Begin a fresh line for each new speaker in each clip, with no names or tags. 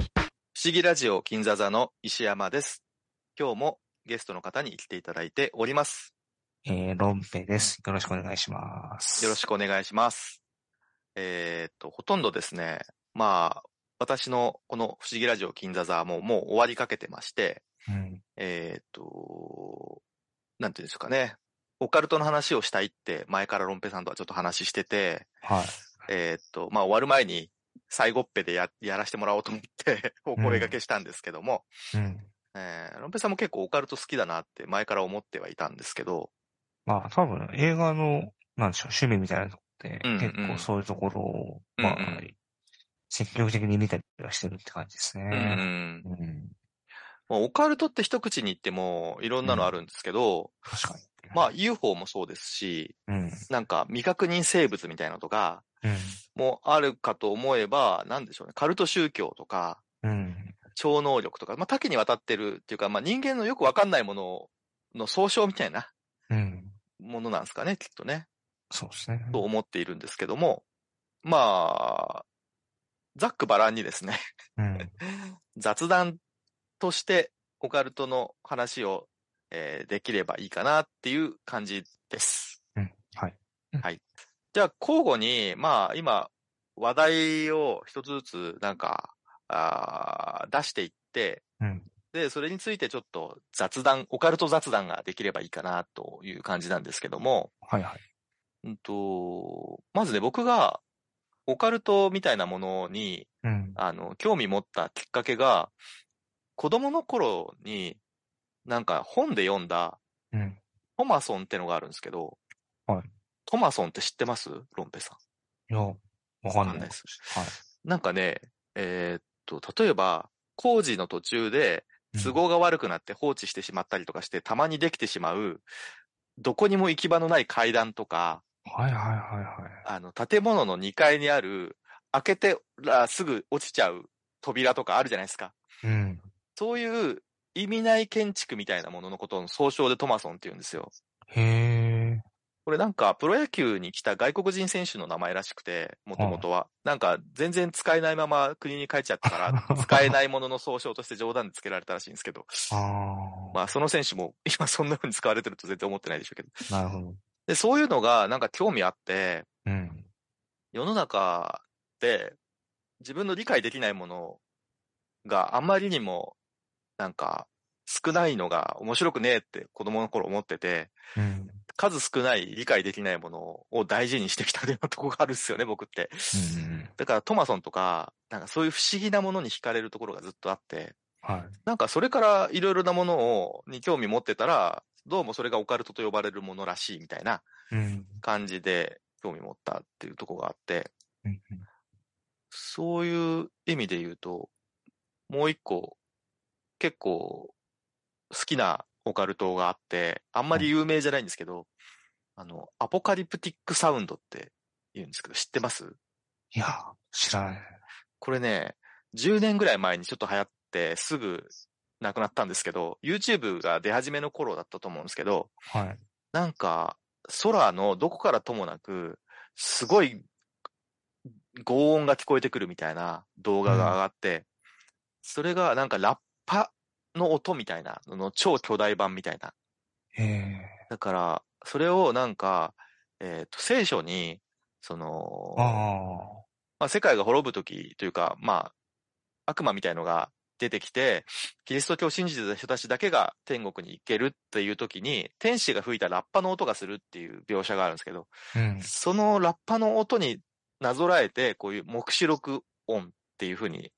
思議ラジオ金座座の石山です。今日もゲストの方に来ていただいております。
えー、ロンペです。よろしくお願いします。
よろしくお願いします。えーっと、ほとんどですね、まあ、私のこの不思議ラジオ金座座ももう終わりかけてまして、
うん。
えーっと、なんていうんですかね、オカルトの話をしたいって前からロンペさんとはちょっと話してて、
はい。
えーっと、まあ、終わる前に、最後っぺでややらせてもらおうと思って、 お声掛けしたんですけども、
うん。
えーロンペさんも結構オカルト好きだなって前から思ってはいたんですけど、
まあ、多分映画の、なんでしょう、趣味みたいなとこって、
うんうん
結構そういうところを、まあ、
うんう
積極的に見たりはしてるって感じです
うんう
ね。
ん
うん、
まあオカルトって一口に言ってもいろんなのあるんですけど、
確かに。
まあ UFO もそうですし、
うん。うん。
なんか未確認生物みたいなのとかもあるかと思えば、なんでしょうね、カルト宗教とか、
うん。
超能力とか、まあ多岐にわたってるっていうか、まあ人間のよくわかんないものの総称みたいな
うん。
ものなんですかね、きっとね。
そうですね。
と思っているんですけども、まあ、ざっくばらんにですね、
うん。
雑談としてオカルトの話を、えーできればいいかなっていう感じです。
うん。はい。
じゃあ交互に、まあ今、話題を一つずつなんか、あー出していって、
うん。
で、それについてちょっと雑談、オカルト雑談ができればいいかなという感じなんですけども、
はいはい。
うんと、まずね、僕がオカルトみたいなものに、
うん。
あの、興味持ったきっかけが、子供の頃に、なんか本で読んだ
うん。
トマソンってのがあるんですけど、
はい
トマソンって知ってますロンペさ
いや、わかんないです。はい。
ん。なんかね、えーっと、例えば、工事の途中で
うん
都合が悪くなって放置してしまったりとかして、たまにできてしまう、どこにも行き場のない階段とか、
はいはいはいはい。
あの、建物の2階にある、開けてらすぐ落ちちゃう扉とかあるじゃないですか。
うん。
そういう意味ない建築みたいなもののことの総称でトマソンって言うんですよ。
へえ。
これなんか、プロ野球に来た外国人選手の名前らしくて、もともとは。なんか、全然使えないまま国に帰っちゃったから、使えないものの総称として冗談でつけられたらしいんですけど、
あ
まあ、その選手も今そんな風に使われてると全然思ってないでしょうけど。
あ、なるほど。
で、そういうのがなんか興味あって、
うん。
世の中で自分の理解できないものがあまりにもなんか少ないのが面白くねえって子供の頃思ってて、
うん。
数少ない理解できないものを大事にしてきたようなとこがあるんですよね、僕って。
うん。
だからトマソンとか、なんかそういう不思議なものに惹かれるところがずっとあって、
はい。
なんかそれからいろいろなものを、に興味持ってたら、どうもそれがオカルトと呼ばれるものらしいみたいな
うん。
感じで興味持ったっていうところがあって、
うん
そういう意味で言うと、もう一個、結構、好きなオカルトがあって、あんまり有名じゃないんですけど、あの、アポカリプティックサウンドって言うんですけど、知ってます
いや、知らない。
これね、10年ぐらい前にちょっと流行って、すぐ亡くなったんですけど、YouTube が出始めの頃だったと思うんですけど、
はい。
なんか、空のどこからともなく、すごい、轟音が聞こえてくるみたいな動画が上がって、それがなんかラッパの音みたいな、のの超巨大版みたいな。
ええ
だから、それをなんか、えっ、と、聖書に、その、
ああ。
まあ、世界が滅ぶ時というか、まあ、悪魔みたいのが出てきて、キリスト教を信じてた人たちだけが天国に行けるっていう時に、天使が吹いたラッパの音がするっていう描写があるんですけど、
うん。
そのラッパの音になぞらえて、こういう目視録音っていうふうに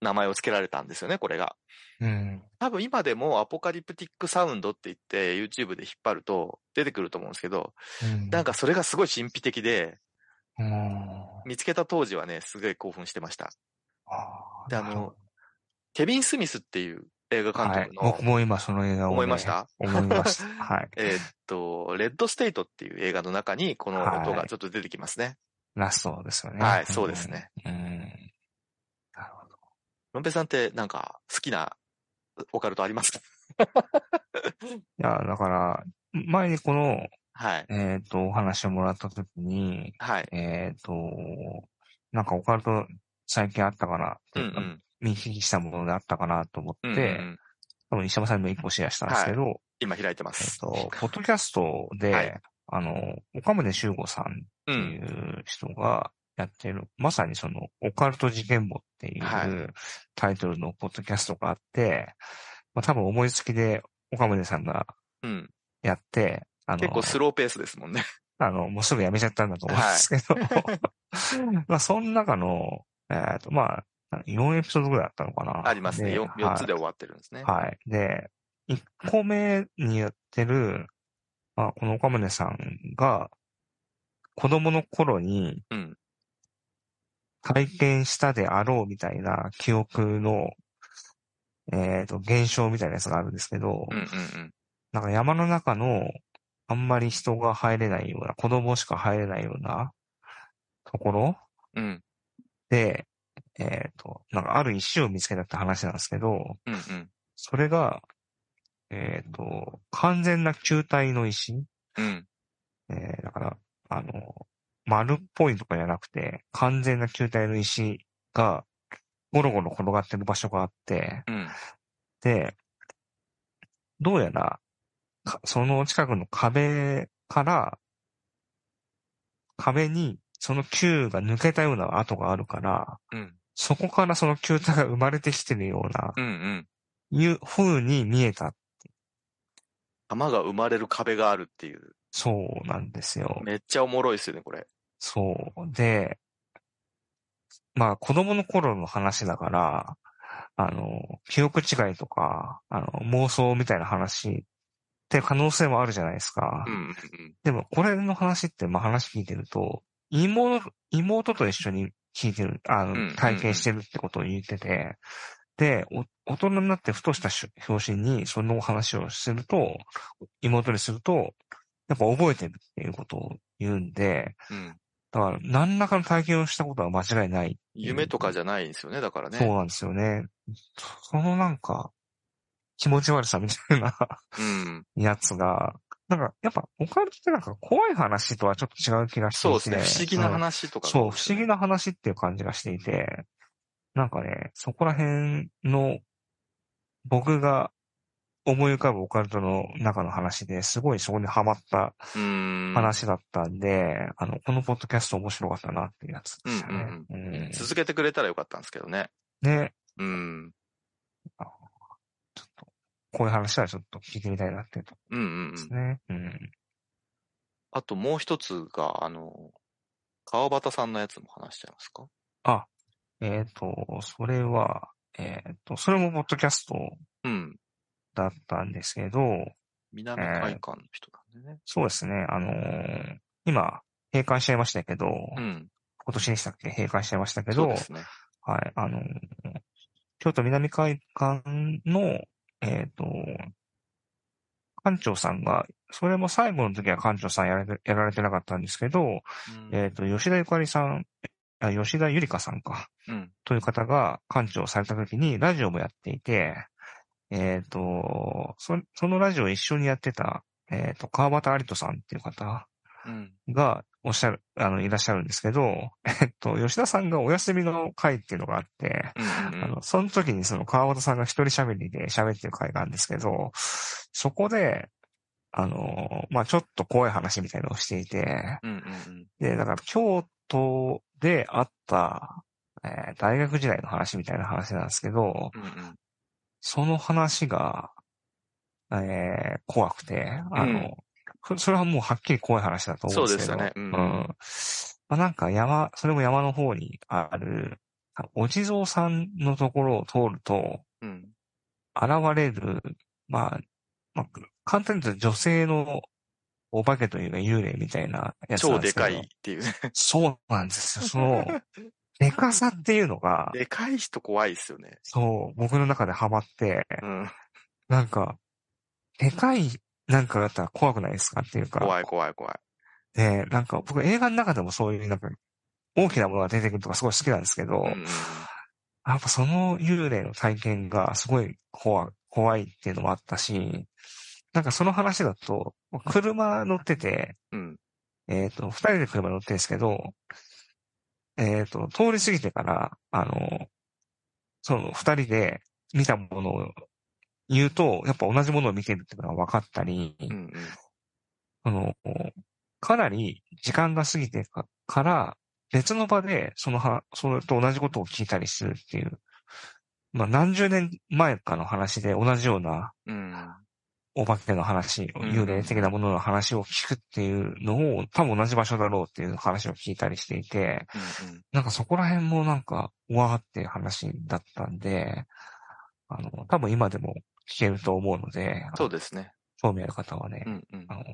名前を付けられたんですよね、これが。
うん。
多分今でもアポカリプティックサウンドって言って YouTube で引っ張ると出てくると思うんですけど、
うん。
なんかそれがすごい神秘的で、
うん。
見つけた当時はね、すごい興奮してました。
あ
で、あの、ケビン・スミスっていう映画監
はい
督。の、
僕も今その映画を、
思いました
思いま した。はい。
えーっと、レッド・ステイトっていう映画の中に、この音がちょっと出てきますね。
ラストですよね。
はいそうですね。
うん。なるほど。
ロンペさんってなんか好きなオカルトありますか
いや、だから、前にこの、
はい。
えっ、と、お話をもらったときに、
はい。
えっ、と、なんかオカルト最近あったから、
うんうん。
認識したものであったかなと思
うんうん
っ
う
て、
ん
多分石山さんにも一個シェアしたんですけど、
今開いてま
えっ
す。
と、ポッドキャストで、
はい
あの、岡宗修吾さん
う
ってい
ん。
う人がやってる、まさにその、オカルト事件簿ってい
は
うタイトルのポッドキャストがあって、まあ多分思いつきで岡宗さんが
うん。
やって、あの、
結構スローペースですもんね。
あの、もうすぐやめちゃったんだと思うんですけど、 まあその中の、えっ、と、まあ、4エピソードぐらいあったのかな。
ありますね。よ4つで終わってるんですね。
はい。で、1個目にやってる、まあ、この岡宗さんが、子供の頃に
うん。
体験したであろうみたいな記憶の、えっ、と、現象みたいなやつがあるんですけど、
うんうんうん。
なんか山の中の、あんまり人が入れないような、子供しか入れないようなところ
うん。
で、えっ、と、なんかある石を見つけたって話なんですけど、
うんうん。
それが、えっ、と、完全な球体の石。
うん。
えーだから、あの、丸っぽいとかじゃなくて、完全な球体の石が、ゴロゴロ転がってる場所があって、
うん。
で、どうやら、かその近くの壁から、壁にその球が抜けたような跡があるから、
うん。
そこからその球体が生まれてきてるような、
うんうん。
いう風に見えた。
玉が生まれる壁があるっていう。
そうなんですよ。
めっちゃおもろいですよね、これ。
そう。で、まあ子供の頃の話だから、あの、記憶違いとか、あの、妄想みたいな話って可能性もあるじゃないですか。
うんうんうん。
でもこれの話って、まあ話聞いてると、妹、妹と一緒に聞いてる、あ
うん
の、体験してるってことを言ってて、で、お大人になってふとしたし表紙にそのお話をすると、妹にすると、やっぱ覚えてるっていうことを言うんで、
うん。
だから、何らかの体験をしたことは間違いない。
夢とかじゃないんですよね、だからね。
そうなんですよね。そのなんか、気持ち悪さみたいな
うん。
やつが、なんか、やっぱ、オカルトってなんか怖い話とはちょっと違う気がしてい
そう
て。
ですね。不思議な話と
う
か
ん
が
そう、
多いで
不
すよ
思
ね、
議な話っていう感じがしていて、なんかね、そこら辺の、僕が思い浮かぶオカルトの中の話ですごいそこにハマった
うん。
話だったんで、あの、このポッドキャスト面白かったなっていうやつでしたね。
う
うん
続けてくれたらよかったんですけどね。
ね、
うん。
ちょっと、こういう話はちょっと聞いてみたいなっていうとこ
うんうん
ろです
うん。
ね。うん。
あともう一つが、あの、川端さんのやつも話しちゃいますか
えっ、と、それは、えっ、と、それもポッドキャスト
うん。
だったんですけど、
南海館の人なんでね。
そうですね、あのー今、閉館しちゃいましたけど、
うん。
今年でしたっけ閉館しちゃいましたけ
そう
ど、
ですね。
はい、あのー京都南海館の、えっ、と、館長さんが、それも最後の時は館長さんやられてやられてなかったんですけど、
うん
えっ、と、吉田ゆかりさん、あ吉田ゆりかさんか、
うん。
という方が館長をされた時にラジオもやっていて、えっ、とそ、そのラジオを一緒にやってた、えっ、と、川端有人さんっていう方
うん。
がおっしゃる、あの、いらっしゃるんですけど、えっ、と、吉田さんがお休みの会っていうのがあって、
うんうん
あの、その時にその川端さんが一人喋りで喋ってる会があるんですけど、そこで、あの、まあ、ちょっと怖い話みたいなのをしていて、
うん。うんうん
で、だから京都であった、えー大学時代の話みたいな話なんですけど、
うん。うんうん
その話が、えー怖くて、あ
う
の、ふそれはもうはっきり怖い話だと思うんですけ
そう
ど。
ですよねうん
うん。まあ、なんか山、それも山の方にある、あお地蔵さんのところを通ると、
うん。
現れる、まあ、まあ、簡単に言うと女性のお化けというか幽霊みたいなやつな
超
ん
で
で
す
けど。
かいっていうね。
そうなんですよ。その、でかさっていうのが、
でかい人怖いですよね。
そう、僕の中でハマって、
うん。
なんか、でかいなんかだったら怖くないですかっていうか、
怖い怖い怖い。
で、なんか僕映画の中でもそういうなんか、大きなものが出てくるとかすごい好きなんですけど、
うんうんうん
やっぱその幽霊の体験がすごい怖怖いっていうのもあったし、なんかその話だと、車乗ってて、
うん。
えっ、と、二人で車乗ってるんですけど、えっ、と、通り過ぎてから、あの、その二人で見たものを言うと、やっぱ同じものを見てるっていうのが分かったり、
うんうん。
その、かなり時間が過ぎてかから、別の場で、そのは、それと同じことを聞いたりするっていう、まあ何十年前かの話で同じような
うん。
お化けの話、
ん
幽霊的なものの話を聞くっていうのを、多分同じ場所だろうっていう話を聞いたりしていて、
うん
なんかそこら辺もなんか、うわーっていう話だったんで、あの、多分今でも聞けると思うので、
そうですね。
興味ある方はね
う、んうん
あ。の、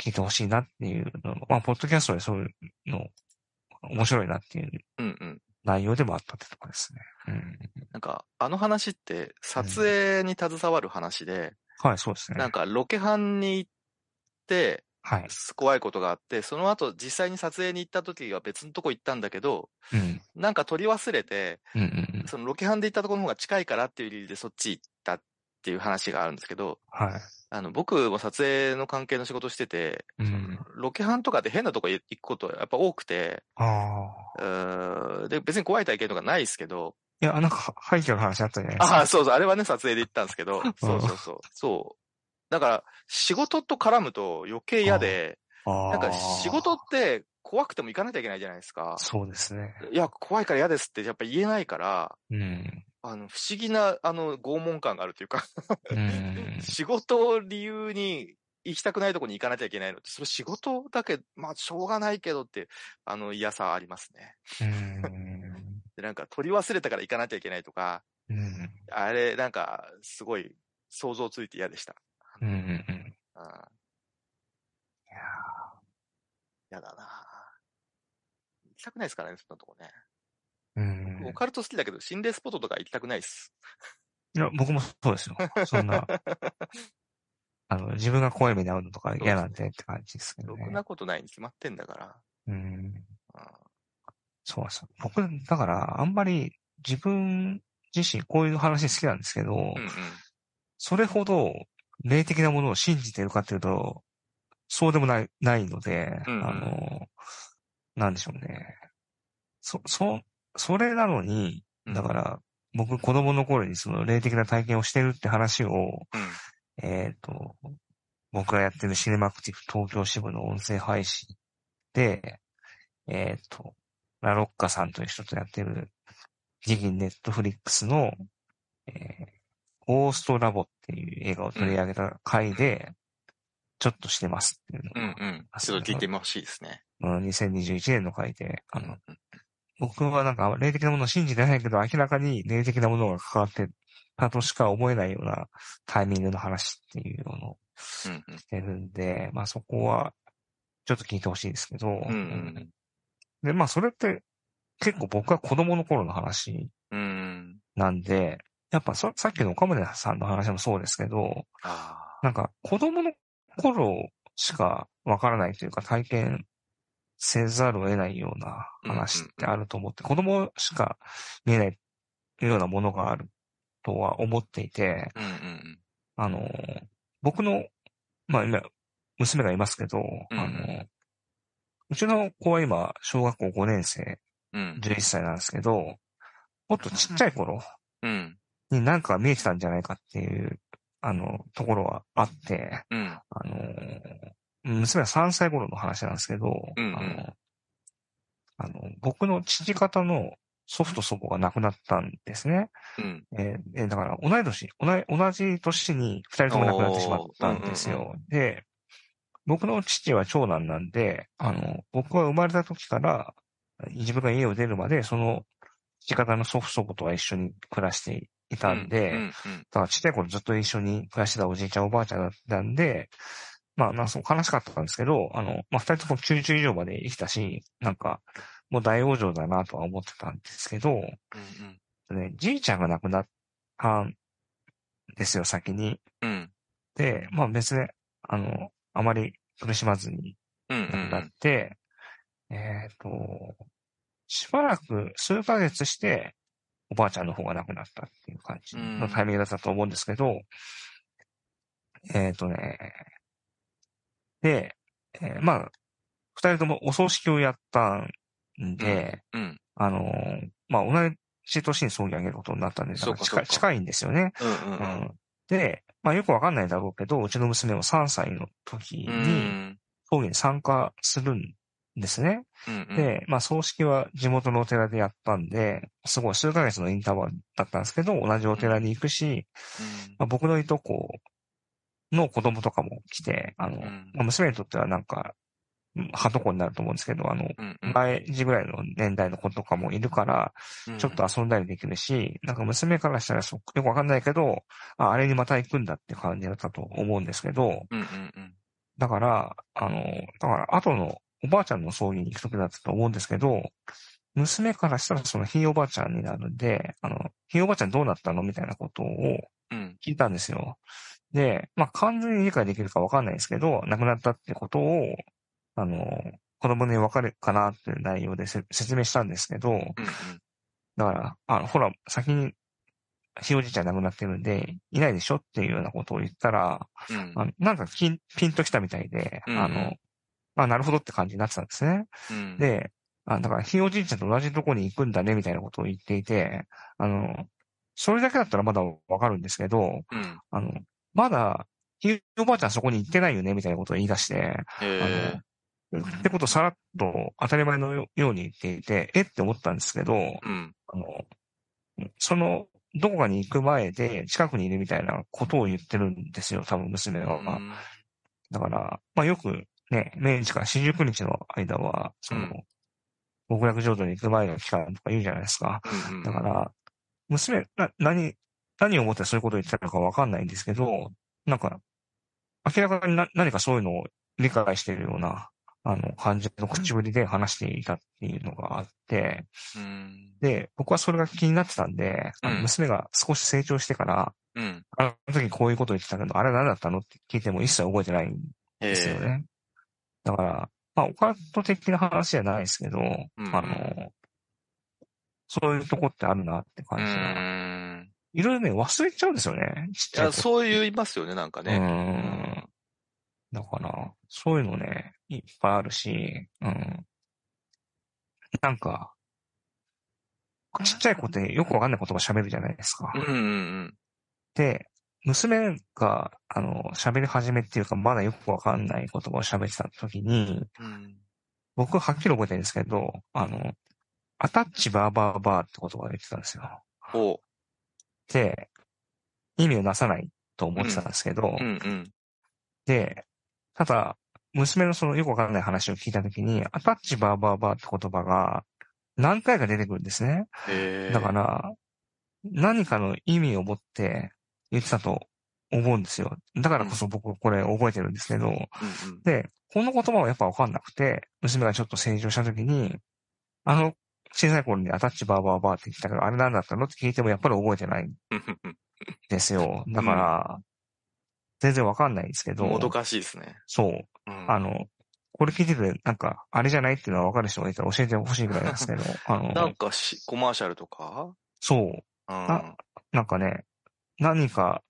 聞いてほしいなっていうの、まあ、ポッドキャストでそういうの、面白いなっていう
うんうん。
内容でもあったってとこですね。うん。
なんか、あの話って、撮影に携わる話で、
はい、そうですね。
なんか、ロケハンに行って、
はい。
怖いことがあって、その後、実際に撮影に行った時は別のとこ行ったんだけど、
うん。
なんか撮り忘れて、
うんうんうん。
そのロケハンで行ったところの方が近いからっていう理由でそっち行ったっていう話があるんですけど、
はい。
あの、僕も撮影の関係の仕事してて、
うん。
ロケハンとかで変なとこ行くことやっぱ多くて、
あ
う
あ。
ーんで、別に怖い体験とかないですけど、
いや、なんか、廃墟の話あったじゃないですか。
ああ、そうそう、あれはね、撮影で行ったんですけど、そうそうそう。そう。だから、仕事と絡むと余計嫌で、
あ
なん
ー
か仕事って怖くても行かなきゃいけないじゃないですか。
そうですね。
いや、怖いから嫌ですってやっぱ言えないから、
うん。
あの、不思議な、あの、拷問感があるというか、
うん。
仕事を理由に行きたくないとこに行かなきゃいけないのって、それ仕事だけ、まあ、しょうがないけどって、あの、嫌さはありますね。
うん。
で、なんか、取り忘れたから行かなきゃいけないとか、
うん。
あれ、なんか、すごい、想像ついて嫌でした。
うん。うん。
うん。い
や
嫌だな行きたくないですからね、そんなとこね。
うん
オカルト好きだけど、心霊スポットとか行きたくないっす。
いや、僕もそうですよ。そ んな、あの、自分が怖い目に遭うのとか嫌なんでって感じですけど
ろ
ね
く。なことないに決まってんだか
うん。
ら。うん
そうなんですよ。僕、だから、あんまり自分自身こういう話好きなんですけ
う
ど、
んうん。
それほど霊的なものを信じてるかっていうと、そうでもない、ないので、
うんうん
あの、なんでしょうね。そ、そ、それなのに、
うん
だから、僕、子供の頃にその霊的な体験をしてるって話を、
うん
えっ、と、僕がやってるシネマクティブ東京支部の音声配信で、えっ、と、ラロッカさんという人とやってる、ギギネットフリックスの、えーゴーストラボっていう映画を取り上げた回で、ちょっとしてますっていうの
う
が、
んうん。ちょっと聞いてほしいですね。
うん2021年の回で、あ
うん
の、
うん
僕はなんか霊的なものを信じてないけど、明らかに霊的なものが関わってたとしか思えないようなタイミングの話っていうのを
うん
してるんで、まあそこは、ちょっと聞いてほしいですけど、
うん。うん
で、まあそれって、結構僕は子供の頃の話
うん。うん。
なんで、やっぱそさっきの岡村さんの話もそうですけど、
あ
なんか子供の頃しかわからないというか体験せざるを得ないような話ってあると思って、子供しか見えないようなものがあるとは思っていて、
あ。うんうん
あの、僕の、まあ今、娘がいますけど、
うん
あの、うちの子は今、小学校5年生、
うん。うん。
11歳なんですけど、もっとちっちゃい頃
うん。
に何かが見えてたんじゃないかっていう、あの、ところはあって、
うん。
あの、娘は3歳頃の話なんですけど、
うんうん
あの、あの、僕の父方の祖父と祖母が亡くなったんですね。
うん。
えーえーだから同い年、同い同じ年に2人とも亡くなってしまったんですよ。
おーう
で、僕の父は長男なんで、あの、僕は生まれた時から、自分が家を出るまで、その父方の祖父祖母とは一緒に暮らしていたんで、
うんうん
だからちっちゃい頃ずっと一緒に暮らしてたおじいちゃんおばあちゃんだったんで、まあ、なんかそう悲しかったんですけど、あの、まあ、二人とも90以上まで生きたし、なんか、もう大往生だなとは思ってたんですけど、
うん
ね、じいちゃんが亡くなったんですよ、先に。
うん。うん。
で、まあ別に、あの、あまり苦しまずに
うんう
亡く
んう
なっ
ん。
て、えっ、と、しばらく数ヶ月して、おばあちゃんの方が亡くなったっていう感じのタイミングだったと思うんですけど、えっ、とね、で、えーまあ、二人ともお葬式をやったんで、
うん。
あのーまあ、同じ C2C に送り上げることになったんで、だから
そうかそ
近
う
い
か
近いんですよね。
うん
う
うん
ん。で、まあよくわかんないだろうけど、うちの娘も3歳の時
うん。う
に、
ん
葬儀に参加するんですね。
うんうん。
で、まあ、葬式は地元のお寺でやったんで、すごい数ヶ月のインターバルだったんですけど、同じお寺に行くし、まあ、僕のいとこの子供とかも来て、あの、
うん
まあ娘にとってはなんか、うんはとこになると思うんですけど、あの、
うんうん
前時ぐらいの年代の子とかもいるから、ちょっと遊んだりできるし、なんか娘からしたらそよくわかんないけど、あ、あれにまた行くんだって感じだったと思うんですけど、
うんうんうん。
だから、あの、だから、後のおばあちゃんの葬儀に行くときだったと思うんですけど、娘からしたらそのひいおばあちゃんになるんで、あの、ひいおばあちゃんどうなったのみたいなことを
うん
聞いたんですよ。で、まあ、完全に理解できるかわかんないですけど、亡くなったってことを、あの、子供に分かるかなっていう内容でせ説明したんですけど、
うん
だから、あの、ほら、先に、ひいおじいちゃん亡くなってるんで、いないでしょっていうようなことを言ったら、
うんうん。
あなんかピンピンときたみたいで、
うん
あの、あ、なるほどって感じになってたんですね。
うん、
で、あだからひいおじいちゃんと同じとこに行くんだねみたいなことを言っていて、あの、それだけだったらまだわかるんですけど、
うん。
あの、まだ、ひいおばあちゃんそこに行ってないよねみたいなことを言い出して、
えー
あの、ってことをさらっと当たり前のように言っていて、えって思ったんですけど、
うん。
あの、その、どこかに行く前で近くにいるみたいなことを言ってるんですよ、多分娘は。
うん
だから、まあよくね、明治から四十九日の間は、その、
うん
極楽浄土に行く前の期間とか言うじゃないですか。
うん
だから、娘、な、何、何を思ってそういうことを言ってたのかわかんないんですけど、なんか、明らかにな何かそういうのを理解しているような、あの、感じの口ぶりで話していたっていうのがあって、
うん。
で、僕はそれが気になってたんで、あの
うん
娘が少し成長してから、
うん。
あの時こういうこと言ってたけど、あれ何だったのって聞いても一切覚えてないん
え
ですよ
ー
ね。だから、まあ、オカルト的な話じゃないですけど、
ん
あの、そういうとこってあるなって
う
感じが。
ん。
いろいろね、忘れちゃうんですよね。ちっ
い
ちゃい
や、
頃
そういう言いますよね、なんか
う
ね。
ん。だから、そういうのね、いっぱいあるし、うん。なんか、ちっちゃい子ってよくわかんない言葉喋るじゃないですか。
うんうんうん。
で、娘が、あの、喋り始めっていうか、まだよくわかんない言葉を喋ってた時に、
うん
僕はっきり覚えてるんですけど、あの、アタッチバーバーバーって言葉が言ってたんですよ。
ほ
で、意味をなさないと思ってたんですけど、
う。うんうん。
で、ただ、娘のそのよくわからない話を聞いたときに、アタッチバーバーバーって言葉が何回か出てくるんですね。
えー
だか、ら、何かの意味を持って言ってたと思うんですよ。だからこそ僕これ覚えてるんですけど、
うんうん
で、この言葉はやっぱわかんなくて、娘がちょっと成長した時に、あの、小さい頃にアタッチバーバーバーって言ってたから、あれなんだったのって聞いてもやっぱり覚えてないん
うんうん
ですよ。だから、全然わかんないんですけど、
もどかしいですね。
そう、
うん
あの、これ聞いてて、なんか、あれじゃないっていうのはわかる人がいたら教えてほしいぐらいな んですけど、あ
な
の
ん、かし、コマーシャルとか
そう、
うん
あ。なんかね、何か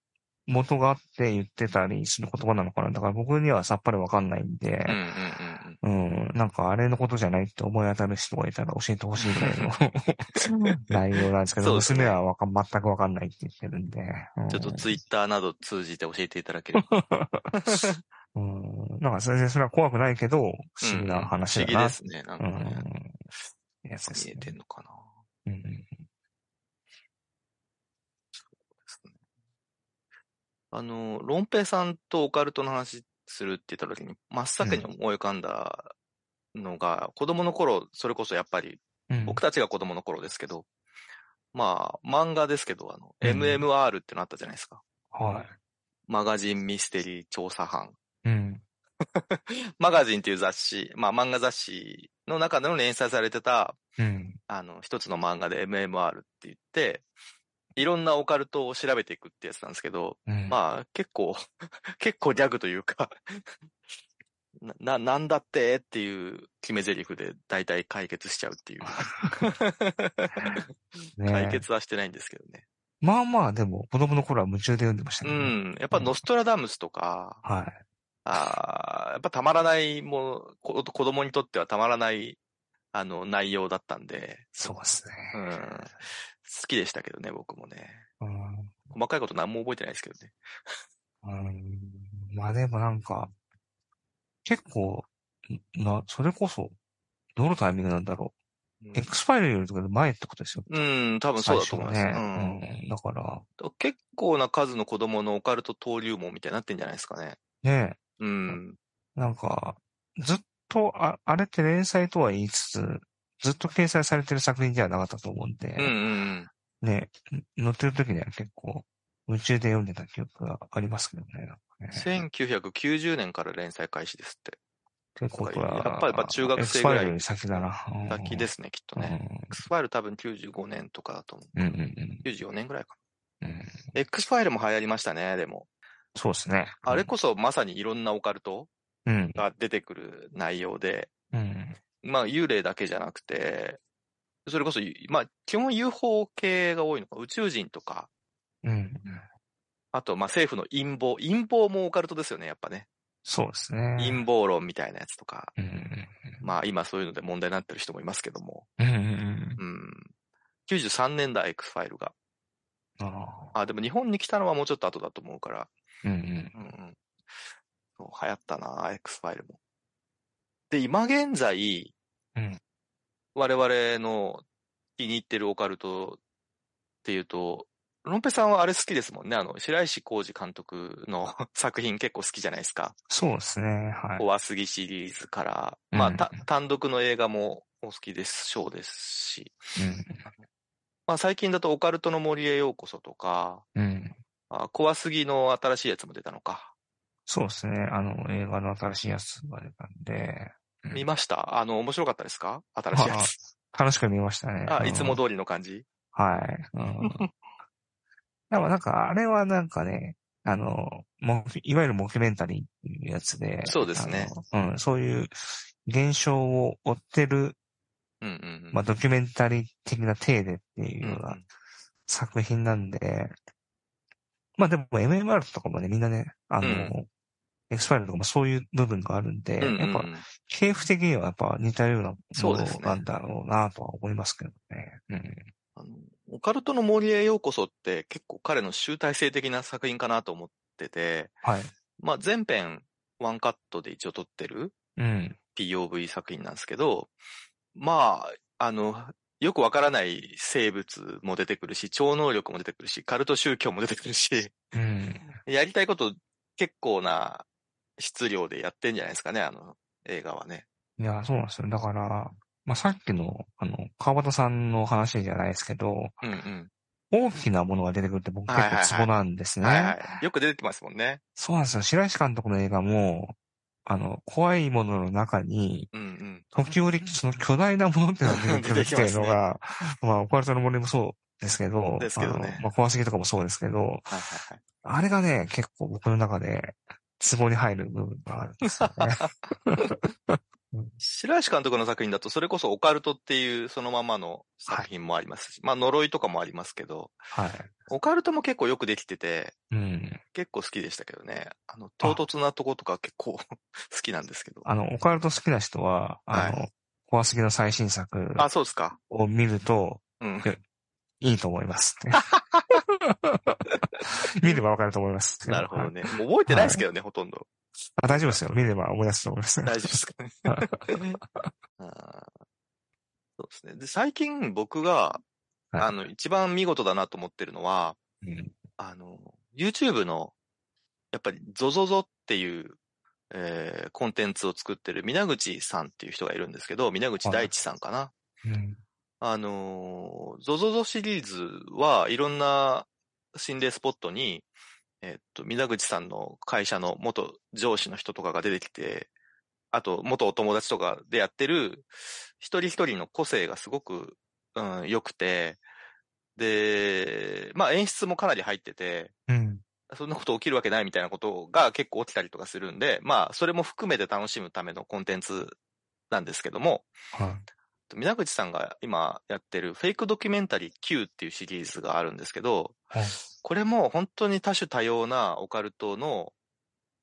元があって言ってたりする言葉なのかな。だから僕にはさっぱりわかんないんで、
うんうんうん
うん、なんかあれのことじゃないって思い当たる人がいたら教えてほしいぐらいの 内容なんですけど、
そうですね
娘はわかん全くわかんないって言ってるんで。うん
うん。ちょっとツイッターなど通じて教えていただければ。
うん、なんか全然それは怖くない けど、不思議な話だ
不思議
な。
ですね、なん
う
か
ん、
ね。
やつです
見え
ね。
てんのかな。
うん
あの、ロンペイさんとオカルトの話するって言った時に、真っ先に思い浮かんだのが、子供の頃、それこそやっぱり、
うん
僕たちが子供の頃ですけど、まあ、漫画ですけど、あの、
うん
MMR ってのあったじゃないですか。
は
マガジンミステリー調査班。
い。うん。
マガジンっていう雑誌、まあ漫画雑誌の中での連載されてた、
うん。
あの、一つの漫画で MMR って言って、いろんなオカルトを調べていくってやつなんですけど、
うん。
まあ結構、 結構ギャグというかな、な、なんだってっていう決め台詞で大体解決しちゃうっていう。
ね
解決はしてないんですけどね。
まあまあ、でも、子供の頃は夢中で読んでました
う
けどね。
ん。やっぱノストラダムスとか、
は
ああ、やっぱたまらないものこ子供にとってはたまらない、あの、内容だったんで、
そうですね。
うん、好きでしたけどね、僕もね。
うん
細かいこと何も覚えてないですけどね。
うんまあでもなんか、結構、な、それこそ、どのタイミングなんだろう。X ファイルよりとかで前ってことですよ。
うん、多分そうだと思います。
最
う
初は
ん
ね。うんだから、
結構な数の子供のオカルト登竜門みたいになってんじゃないですかね。
ね
うん。
なんか、ずっと、ああれって連載とは言いつつ、ずっと掲載されてる作品ではなかったと思うん
うんうんう
で、
ん。
ね、載ってる時には結構、夢中で読んでた記憶がありますけどね。なんかね
1990年から連載開始ですって。
ってことは、
やっぱりやっぱ中学生ぐらい
X ファイルより先だな。うん
先ですね、きっとね。X ファイル多分95年とかだと思
うんうんうん
う。94年ぐらいか
うんうん。
な。X ファイルも流行りましたね、でも。
そうですね。
あれこそまさにいろんなオカルト
うん。
が出てくる内容で、
うん。
まあ幽霊だけじゃなくて、それこそ、まあ基本 UFO 系が多いのか、宇宙人とか、
うん。
あとまあ政府の陰謀、陰謀もオカルトですよね、やっぱね。
そうですね。
陰謀論みたいなやつとか、
うん。
まあ今そういうので問題になってる人もいますけども、
うんうんうん。
うん。93年代 X ファイルが。
あ
あ、でも日本に来たのはもうちょっと後だと思うから、
ーうんうん。
うんうん。そう流行ったな、X ファイルも。で、今現在、
うん
我々の気に入ってるオカルトっていうと、ロンペさんはあれ好きですもんね。あの、白石浩二監督の 作品結構好きじゃないですか。
そうですね。はい。
怖すぎシリーズから、まあ、た
うん
単独の映画もお好きでしょうですし、
うん
まあ最近だとオカルトの森へようこそとか、
うん。
あ怖すぎの新しいやつも出たのか。
そうですね。あの、映画の新しいやつが出たんで、うん
見ましたあの、面白かったですか新しいやつ。
楽しく見ましたね。
あ、
うん
いつも通りの感じ
はい。うん。でもなんか、あれはなんかね、あの、モキいわゆるモキュメンタリーっていうやつで。
そうですね
あの。うん、そういう現象を追ってる、
うんうんうん。
まあ、ドキュメンタリー的な体でっていう
うんう
ようなん作品なんで、まあでも MMR とかもね、みんなね、あの、
う
X ファイルとかもそういう部分があるんで、
うんうんうん
やっぱ、系譜的にはやっぱ似たようなも
そうです
の
ね
なんだろうなとは思いますけどね。うん。
あのオカルトの森へようこそって結構彼の集大成的な作品かなと思ってて、
はい。
まあ前編ワンカットで一応撮ってる
うん。
POV 作品なんですけど、まあ、あの、よくわからない生物も出てくるし、超能力も出てくるし、カルト宗教も出てくるし、
うん。
やりたいこと結構な質量でやってんじゃないですかね、あの映画はね。
いや、そうなんですよ。だから、まあ、さっきの、あの、川端さんの話じゃないですけど、
うんうん。
大きなものが出てくるって僕
はいは
結
いはい
構ツボなんです
はいは
ね。
い。よく出てきますもんね。
そうなんですよ。白石監督の映画も、あの、怖いものの中に、
うんうん。
時折その巨大なものっていうのが出てくるっていう の
出てき
が、まあ、オカルトの森もそうですけど、
ですけどね
あのまあ、怖すぎとかもそうですけど、
はいはいはい。
あれがね、結構僕の中で、ツボに入る部分があるんですよ ね。
白石監督の作品だと、それこそオカルトっていうそのままの作品もありますし、まあ呪いとかもありますけど、
はい。
オカルトも結構よくできてて、
うん。
結構好きでしたけどね。あの、唐突なとことか結構 好きなんですけど。
あの、オカルト好きな人は、あの、怖すぎの最新作
あ、そうですか。
を見ると
うん。
いいと思 います。 見ればわかると思います。
なるほど
はい
ね。もう覚えてないですけどね、ほとんど。
あ大丈夫ですよ。見れば思い出すと思います。
大丈夫ですかね。あーそうですね。で、最近僕が、
はい
あの、一番見事だなと思ってるのは、
うん
あの、YouTube の、やっぱり ZOZOZO っていう、えーコンテンツを作ってる皆口さんっていう人がいるんですけど、皆口大地さんかな。
うん
あのー、ZOZOZO シリーズはいろんな心霊スポットに、えっと、皆口さんの会社の元上司の人とかが出てきて、あと、元お友達とかでやってる、一人一人の個性がすごく、うん、良くて、で、まあ演出もかなり入ってて、
うん。
そんなこと起きるわけないみたいなことが結構起きたりとかするんで、まあそれも含めて楽しむためのコンテンツなんですけども、
は
皆口さんが今やってるフェイクドキュメンタリー Q っていうシリーズがあるんですけど、
はい
これも本当に多種多様なオカルトの、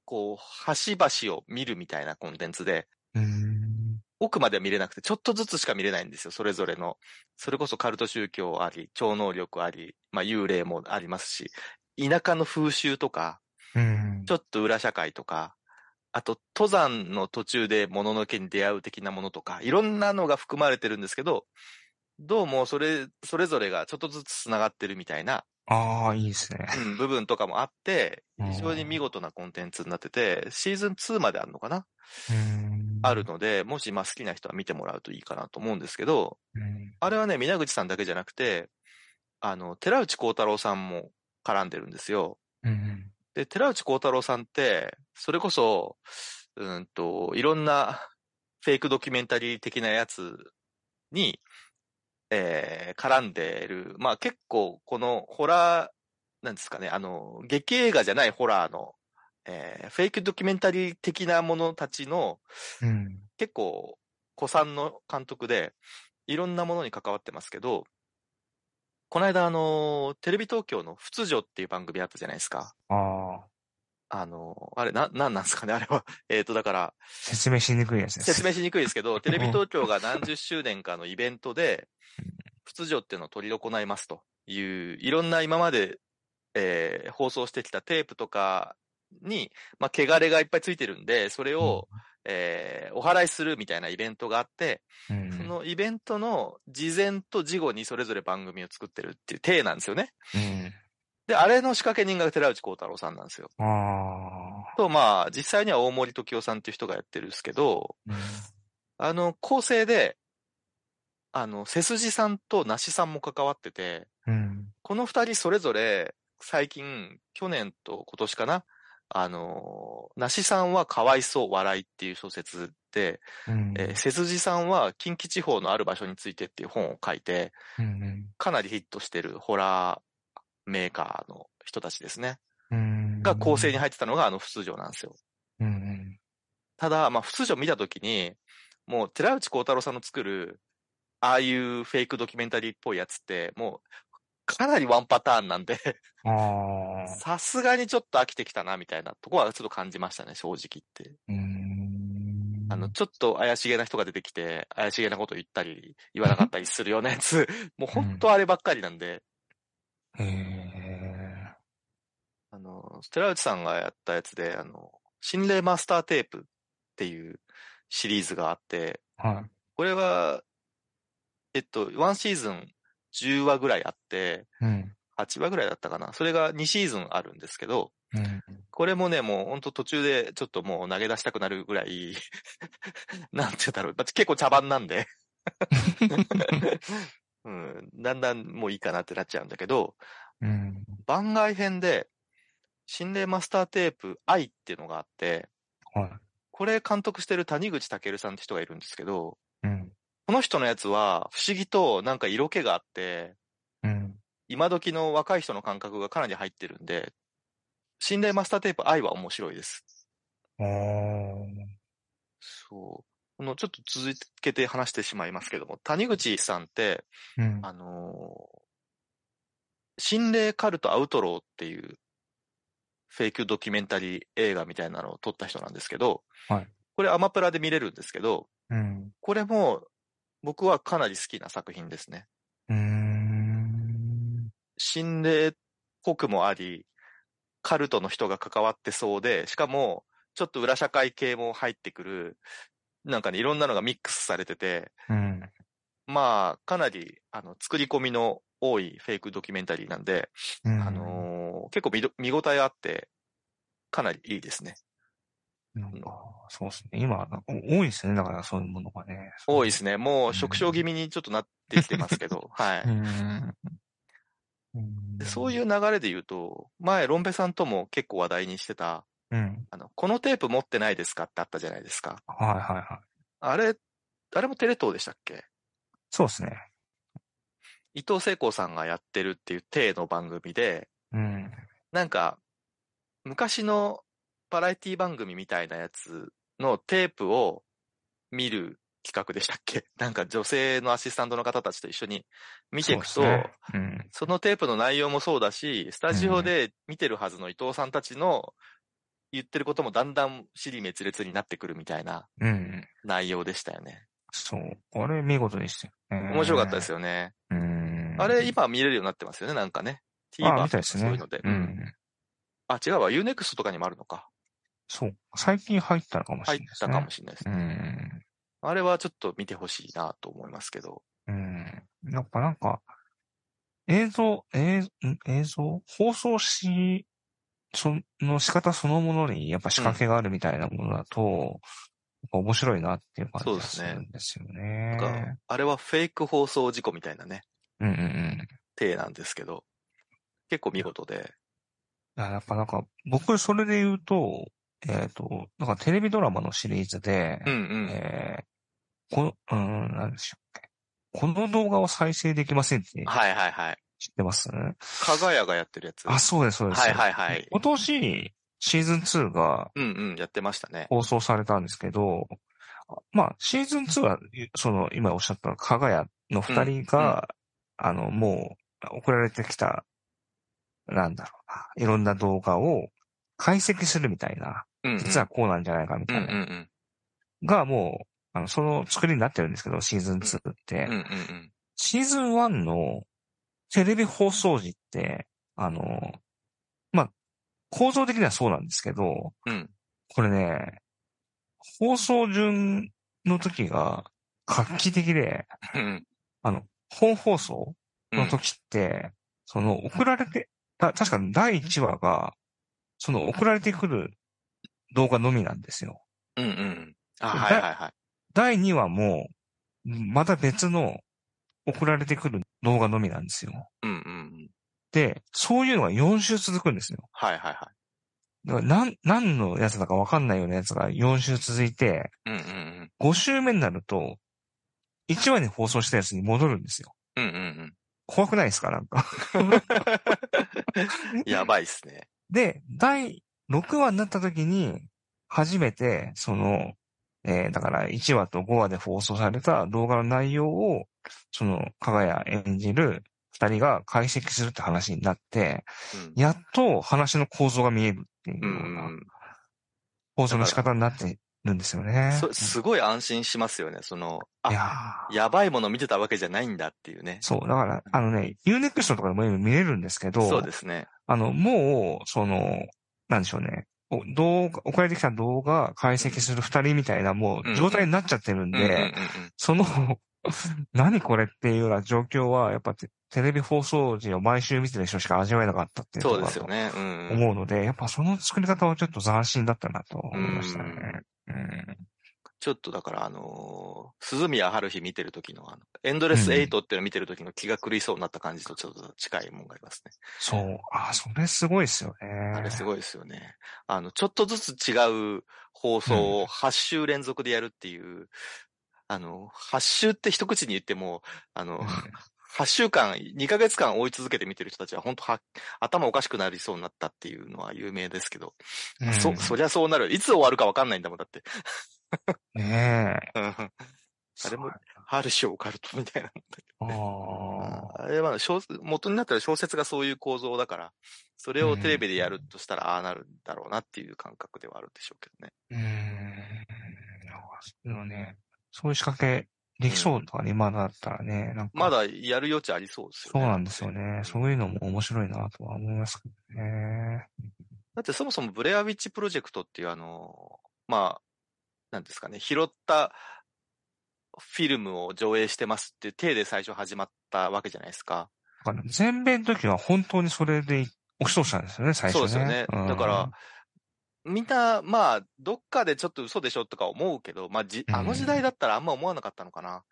こう、端々を見るみたいなコンテンツで、
い。うん。
奥までは見れなくて、ちょっとずつしか見れないんですよ、それぞれの。それこそカルト宗教あり、超能力あり、まあ幽霊もありますし、田舎の風習とか、
うん
ち。ょっと裏社会とか、あと登山の途中でもののけに出会う的なものとか、いろんなのが含まれてるんですけど、どうもそれ、それぞれがちょっとずつ繋がってるみたいな、
ああ、いいですね。
うん部分とかもあって、
うん
非常に見事なコンテンツになってて、シーズン2まであるのかな
うん
ある。ので、もしまあ好きな人は見てもらうといいかなと思うんですけど、
うん
あれはね、皆口さんだけじゃなくて、あの、寺内光太郎さんも絡んでるんですよ。
うん。
で、寺内光太郎さんって、それこそ、うんと、いろんなフェイクドキュメンタリー的なやつに、えー絡んでる。まあ結構、このホラー、なんですかね、あの、劇映画じゃないホラーの、えーフェイクドキュメンタリー的なものたちの、
うん。
結構、古参の監督で、いろんなものに関わってますけど、この間、あの、テレビ東京の不通女っていう番組あったじゃないですか。
ああ、
あの、あれ、な、なんなんですかね、あれは。 えっと、だから、
説明しにくいやつです。
説明しにくいですけど、テレビ東京が何十周年かのイベントで、不通常っていうのを取り行いますという、いろんな今まで、えー放送してきたテープとかに、まあ、汚れがいっぱいついてるんで、それを、えーお祓いするみたいなイベントがあって、
うん。
そのイベントの事前と事後にそれぞれ番組を作ってるっていう体なんですよね。
うん。
で、あれの仕掛け人が寺内光太郎さんなんですよ。
ああ。
と、まあ、実際には大森時夫さんっていう人がやってるんですけど、
うん
あの、構成で、あの、背筋さんと梨さんも関わってて、
うん。
この二人それぞれ、最近、去年と今年かな、あの、梨さんはかわいそう笑いっていう小説で、
うん。
えー背筋さんは近畿地方のある場所についてっていう本を書いて、
うん
かなりヒットしてるホラーメーカーの人たちですね。
うん。
が構成に入ってたのがあの不通常なんですよ。
うん。
ただ、まあ、普通常見たときに、もう、寺内幸太郎さんの作る、ああいうフェイクドキュメンタリーっぽいやつって、もう、かなりワンパターンなんで、
うん。ああ。
さすがにちょっと飽きてきたな、みたいなとこはちょっと感じましたね、正直言って。
うん。
あの、ちょっと怪しげな人が出てきて、怪しげなこと言ったり、言わなかったりするようなやつ、もう本当あればっかりなんで、
へえ。
あの、寺内さんがやったやつで、あの、心霊マスターテープっていうシリーズがあって、
はい。
これは、えっと、1シーズン10話ぐらいあって、
うん。
8話ぐらいだったかな。それが2シーズンあるんですけど、
うん。
これもね、もうほんと途中でちょっともう投げ出したくなるぐらい、 なんて言うんだろう。だって結構茶番なんで、 うん、だんだんもういいかなってなっちゃうんだけど、
うん。
番外編で、心霊マスターテープ愛っていうのがあって、
はい。
これ監督してる谷口健さんって人がいるんですけど、
うん。
この人のやつは不思議となんか色気があって、
うん。
今時の若い人の感覚がかなり入ってるんで、心霊マスターテープ愛は面白いです。
あ
そう。このちょっと続けて話してしまいますけども、谷口さんって、
あ。うん。
あのー心霊カルトアウトローっていうフェイクドキュメンタリー映画みたいなのを撮った人なんですけど、
はい
これアマプラで見れるんですけど、
うん。
これも僕はかなり好きな作品ですね。
うん。
心霊っぽくもあり、カルトの人が関わってそうで、しかも、ちょっと裏社会系も入ってくる、なんかね、いろんなのがミックスされてて、
うん。
まあ、かなり、あの、作り込みの多いフェイクドキュメンタリーなんで、あのー結構見ど見応えあって、かなりいいですね。
なんか、そうですね。今、お多いですね。だからそういうものがね。。
多いですすね。もう、縮小気味にちょっとなってきてますけ ど、は
う
い。
ん。
でそう
う
いう流れで言うと、前、ロンペさんとも結構話題にしてた、
ん。うん。
あの、このテープ持ってないですかってあったじゃないですか。
はいはいはい。
あれ、あれもテレ東でしたっけ
そうですね。
伊藤聖子さんがやってるっていう体の番組で、
うん。
なんか、昔のバラエティ番組みたいなやつのテープを見る企画でしたっけ なんか女性のアシスタントの方たちと一緒に見ていくと、
そう
そ,、
ですね
のテープの内容もそうだし、スタジオで見てるはずの伊藤さんたちの言ってることもだんだん尻滅裂になってくるみたいな
うん。うん。
内容でしたよね。
そう。あれ、見事でしたよね。
面白かったですよね。
うーん。
あれ、今見れるようになってますよね、なんかね。
あ
TVer
み
と
たい
か
です
そうい
ね
うので。。
うん。
あ、違うわ。Unext とかにもあるのか。
そう。最近入ったのかもし
入
れ
っ
ないです
た
ね。
かもしれないですね。
うん。
あれはちょっと見てほしいなと思いますけど。
うん。なんか、なんか、映像、映ん映像放送し、その仕方そのものにやっぱ仕掛けがあるみたいなものだと、やっぱ面白いなっていう感じがするんですよ
な
ね。
んかあれはフェイク放送事故みたいなね、
うんうんうん。
体なんですけど、結構見事で。
いや、やっぱなんか、僕それで言うと、えっ、と、なんかテレビドラマのシリーズで、
うんうん。
えーこの、うーん、なんでしょうっけ。この動画は再生できませんって
はいはいはい。
知ってます、
かがやがやってるやつ。
あ、そうです、そうです。
はいはいはい。
今年、シーズン2が
うんうん、やってましたね。
放送されたんですけど、まあ、シーズン2は、その、今おっしゃった、かがやの二人が、あの、もう、送られてきた、なんだろうな、いろんな動画を解析するみたいな、
うん、うん。
実はこうなんじゃないかみ
う
た
ん
い
うん
な、
うん。
がもう、あの、その作りになってるんですけど、シーズン2って。
うんうんうん。
シーズン1のテレビ放送時って、あの、まあ、構造的にはそうなんですけど、
うん
これね、放送順の時が画期的で、
うん
あの、本放送
うん。
の時って、その送られて、た確か第1話が、その送られてくる動画のみなんですよ。
うんうん。あ、はいはいはい。
第2話も、また別の送られてくる動画のみなんですよ。
うんうんうん。
で、そういうのが4週続くんですよ。
はいはいは
だからなん、何のやつだかわかんないようなやつが4週続いて、
い。うんうん
5週目になると、1話に放送したやつに戻るんですよ。
うん。うんうん
怖くないですかなんか。
うん。 やばいっすね。
で、第6話になった時に、初めて、その、えーだから1話と5話で放送された動画の内容を、その、かがや演じる2人が解析するって話になって、
うん。
やっと話の構造が見えるっていう
う
ような、
ん
放送の仕方になってるんですよ
う
ね
ん。。そすごい安心しますよね。その、
い
あ、
やー
やばいもの見てたわけじゃないんだっていうね。
そう、だから、あのね、Unext とかでも今見れるんですけど、
そうですね。
あの、もう、その、なんでしょうね。お動画、送られてきた動画解析する二人みたいな、も
うん
う状態になっちゃってるん
うんうんうんうん
で、その、 何これっていうような状況は、やっぱテテレビ放送時を毎週見てる人しか味わえなかったっていうとこ
そうですよ
ろだと
ね。うんうん。
思うので、やっぱその作り方はちょっと斬新だったなと思いましたね。うん
ちょっとだから、あのー鈴宮春日見てる時の、あの、エンドレスエイトっていうの見てる時の気が狂いそうになった感じとちょっと近いもんがありますね。
そう。あー、それすごいですよね。
あれすごいですよね。あの、ちょっとずつ違う放送を8週連続でやるっていう、あの、8週って一口に言っても、あの、8週間、2ヶ月間追い続けて見てる人たちは本当は、頭おかしくなりそうになったっていうのは有名ですけど、
うん
そ、そりゃそうなる。いつ終わるかわかんないんだもん、だって。
ねえ。
うんあれも春日オカルトみたいな。
あー
あれは小説、元になったら小説がそういう構造だから、それをテレビでやるとしたらああなるんだろうなっていう感覚ではあるんでしょうけどね。
うーん。でもね、そういう仕掛けできそうとかね、今だったらね、なんか。
まだやる余地ありそうですよ
そ
ね。
うなんですよね。そう
う。
いうのも面白いなとは思いますけどね。
だってそもそもブレアウィッチプロジェクトっていうあの、まあ、なんですかね、拾ったフィルムを上映してますっていう体で最初始まったわけじゃないですか。
だから全米の時は本当にそれで押し通したんですよね、最初
そう
ね。
ですよね。
うん
だから、、みんな、まあ、どっかでちょっと嘘でしょとか思うけど、まあ、じあの時代だったらあんま思わなかったのかな。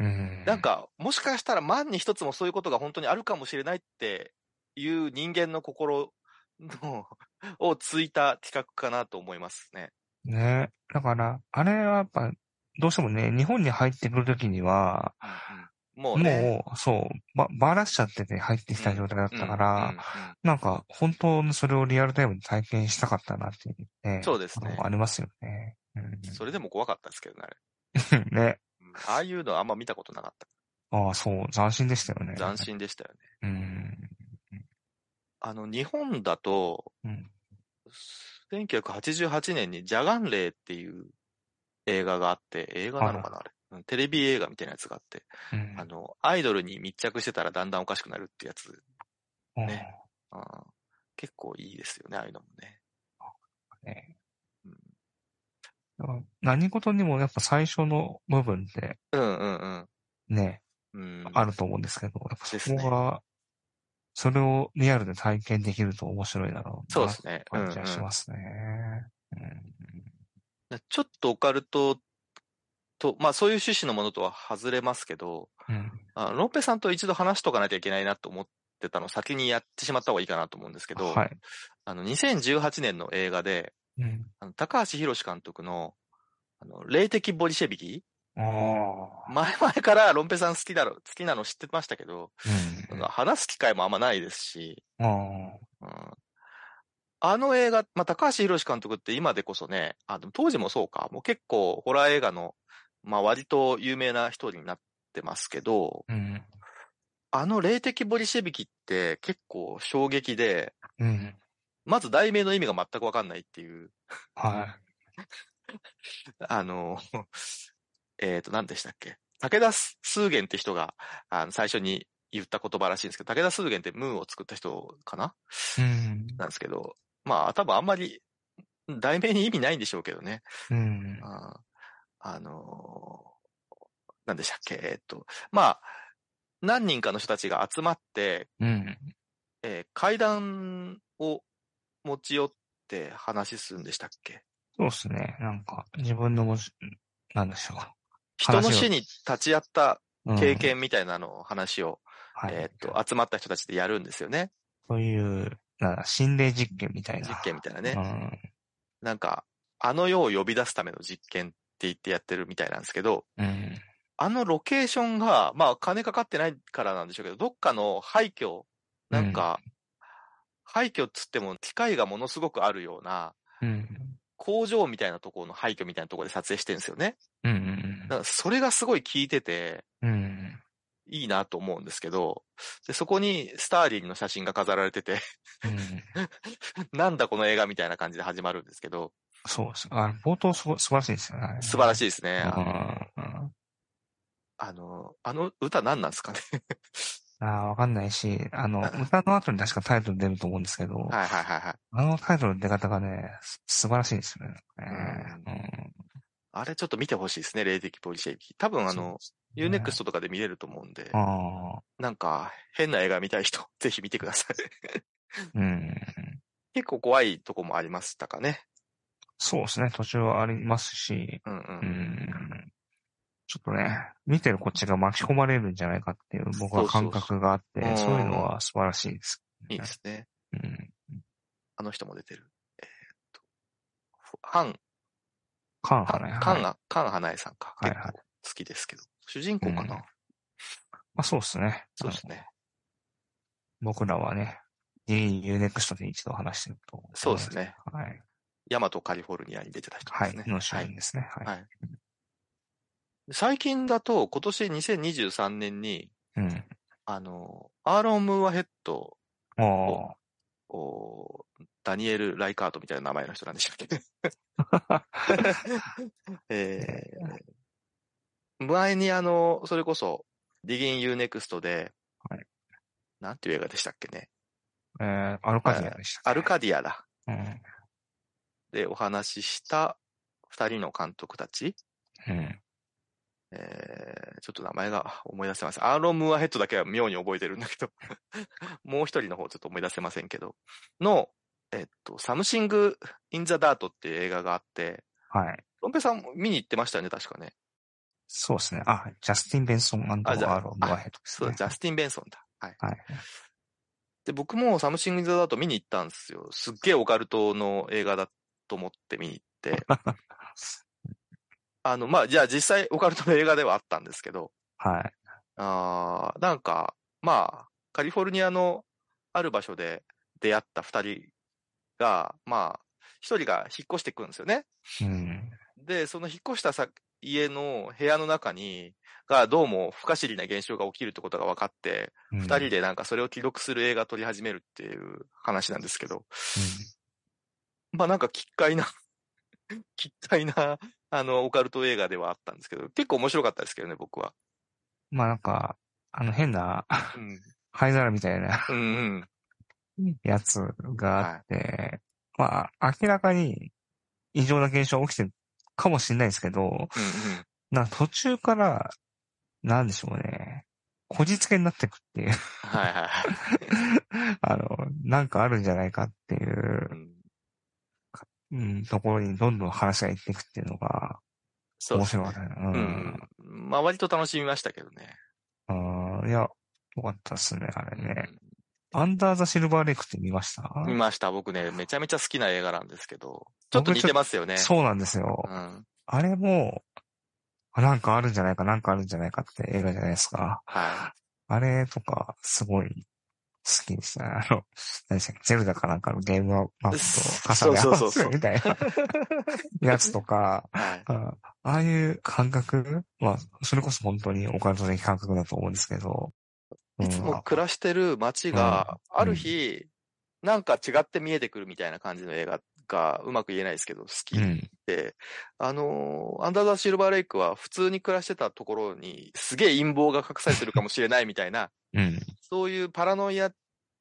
うん。
なんか、もしかしたら万に一つもそういうことが本当にあるかもしれないっていう人間の心のをついた企画かなと思いますね。
ね。だから、あれはやっぱ、どうしてもね、日本に入ってくる時には、
もうね。
もう、そう、ば、ばらしちゃってて入ってきた状態だったから、
う
なんか、本当にそれをリアルタイムで体験したかったなっていう、ね。
そうですね
あのありますよね。うん
んうんそれでも怖かったですけどね、あれ。
ね。
うんああいうのあんま見たことなかっ
ああ、そう、斬新でしたよね。
た。斬。新でしたよね。
うん。
あの、日本だと、
うん
1988年にジャガンレイっていう映画があって、映画なのかな、あれ。うんテレビ映画みたいなやつがあって、
うん
あの、アイドルに密着してたらだんだんおかしくなるってやつ、ねうん結構いいですよね、ああいうのもね。
うん何事にもやっぱ最初の部分って
うんうん
ね、
うん。うん、
あると思うんですけど、やっぱそ
ですね
こが、それをリアルで体験できると面白いだろう
そう
な
で、すね。うん
感じ
う
が
ん
しますね。
ちょっとオカルトと、まあそういう趣旨のものとは外れますけど、
うんうん
あロンペさんと一度話しとかなきゃいけないなと思ってたのを先にやってしまった方がいいかなと思うんですけど、
はい。
あの、2018年の映画で、
うん
あの高橋宏監督の、あの、霊的ボリシェビキ
ああ
前々からロンペさん好きだろ、好きなの知ってましたけど、
うん
話す機会もあんまないですし、
あ
うんあの映画、まあ、高橋宏監督って今でこそね、あ、でも当時もそうか、もう結構ホラー映画の、まあ、割と有名な人になってますけど、
ー。うん。
あの霊的ボリシェビキって結構衝撃で、
うん。
まず題名の意味が全くわかんないっていう、
は。
あの、 えっと、何でしたっけ武田数源って人が、あの、最初に言った言葉らしいんですけど、武田数源ってムーンを作った人かない
うん。
なんですけど、まあ、多分あんまり、題名に意味ないんでしょうけどね。
うん。
ああのー、なんでしたっけ、えっと、まあ、何人かの人たちが集まって、
うん。
えー階段を持ち寄って話するんでしたっけ
そうですね。なんか、自分のもし、なんでしょ
人の
話を
死に立ち会った
う。うん
経。験みたいなのを話を、
はい。
えっと、集まった人たちでやるんですよね。
そういう、なんだ、心霊実験みたいな。
実験みたいな
た
ね。なんか、あの世を呼び出すための実験って言ってやってるみたいなんですけど、
うん。うん。
あのロケーションが、まあ金かかってないからなんでしょうけど、どっかの廃墟、なんか、廃墟っつっても機械がものすごくあるような、
うん。
工場みたいなところの廃墟みたいなところで撮影してるんですよね。
うん。
だからそれがすごい効いてて、
うん。うん。
いいなと思うんですけど、で、そこにスターリンの写真が飾られて て、
うん。
なんだこの映画みたいな感じで始まるんですけど、
そうです。あ冒頭すご素晴らしいですよね。
素晴らし
い。
いですね。あ
うん。
あの、あの歌何なんですかね。
あーわかんないし、あの、歌の後に確かタイトル出ると思うんですけど、
はいはいはいはい。
あのタイトルの出方がね、す素晴らしいですよね。
う
うん
あれちょっと見てほしいですね、霊的ポリシェイキ。多分あの、
うですね
UNEXT とかで見れると思うんで、
あ
なんか変な映画見たい人、 ぜひ見てください。
ーうん。
結構怖いとこもありましたかね。
そうですね。途中はありますし、
うんう。
うんん。ちょっとね、見てるこっちが巻き込まれるんじゃないかっていう僕は感覚があっ
そ
て、
うそうそう
そういうのは素晴らしいです。
いいですね。
うん。
あの人も出てる。えーっと、ハン、
カン
ハ
ハ
ン、
ね。
ハン
はいま
が、カンハナエさんか。
はい
結
はい
構好きですけど。主人公かな、
うんあ、そうですね。
そうですね。
僕らはね、UNEXT で一度話してると。
そうです。ね。
はい。
ヤマトカリフォルニアに出てた人
は
です
い
ね。。
の主演ですね。はい。
はい最近だと、今年2023年に、
うん。
あの、アーロン・ムーアヘッド
も
おーダニエル・ライカートみたいな名前の人なんでしたっ け、えー前にあの、それこそ、ディギン・ユーネクストで、
はい
なんていう映画でしたっけね。
う、えー、アルカディアでした
ア
っけ。
ルカディアだ。
うん。
でお話しした二人の監督たち。
うん。
えーちょっと名前が思い出せません。アーロン・ムーアヘッドだけは妙に覚えてるんだけど、 もう一人の方ちょっと思い出せませんけど、の、えっと、サムシング・イン・ザ・ダートっていう映画があって、
はい。
ロンペさんも見に行ってましたよね、確かね。
そうですね。あ、ジャスティン・ベンソンア
あじゃあ
ーロン・ムーアヘッドです
そう
ね。
だ、ジャスティン・ベンソンだ。はい。
はい。
で、僕もサムシング・インザ・ダート見に行ったんですよ。すっげえオカルトの映画だと思って見に行 って。あの、まあ、じゃあ実際オカルトの映画ではあったんですけど、
はい。
あーなんか、まあ、カリフォルニアのある場所で出会った二人が、まあ、一人が引っ越してくるんですよね。
うん。
で、その引っ越したさ家の部屋の中に、がどうも不可思議な現象が起きるってことが分かって、
二
二人。でなんかそれを記録する映画撮り始めるっていう話なん ですけど、まあなんか奇怪な、奇怪なあの、オカルト映画ではあったんですけど、結構面白かったですけどね、僕は。
まあなんか、あの変な
うん。
灰皿みたいな
うんうん。
やつがあって、まあ明らかに異常な現象が起きてるかもしれないですけど、
うん
なんか途中から、なんでしょうね。こじつけになってくっていう。
はいはいはい。
あの、なんかあるんじゃないかっていう
う、ん
うん、ところにどんどん話がいっていくっていうのが
そう
面
です
白か
ね
ったね。
うん。まあ割と楽しみましたけどね。
うん。あーいや、よかったっすね、あれね。
うん
アンダーザ・シルバーレイクって見ました
見ました。僕ね、めちゃめちゃ好きな映画なんですけど、ちょっと似てますよね。
そうなんですよ。
うん。
あれも、あなんかあるんじゃないか、なんかあるんじゃないかって映画じゃないですか。
は
あれとか、すごい、好きですね。あの、何でしたっけ、ゼルダかなんかのゲームマップと重ね合
そうそう
わ
そうそ
せ
う
るみたい なやつとか、
い。はい。
あああいう感覚まあ、それこそ本当にオカルト的感覚だと思うんですけど。うん
いつも暮らしてる街が、ある日、なんか違って見えてくるみたいな感じの映画が、うまく言えないですけど、好き
うん。
で、あのーアンダーザ・シルバーレイクは普通に暮らしてたところに、すげえ陰謀が隠されてるかもしれないみたい な、
うん。
そういうパラノイア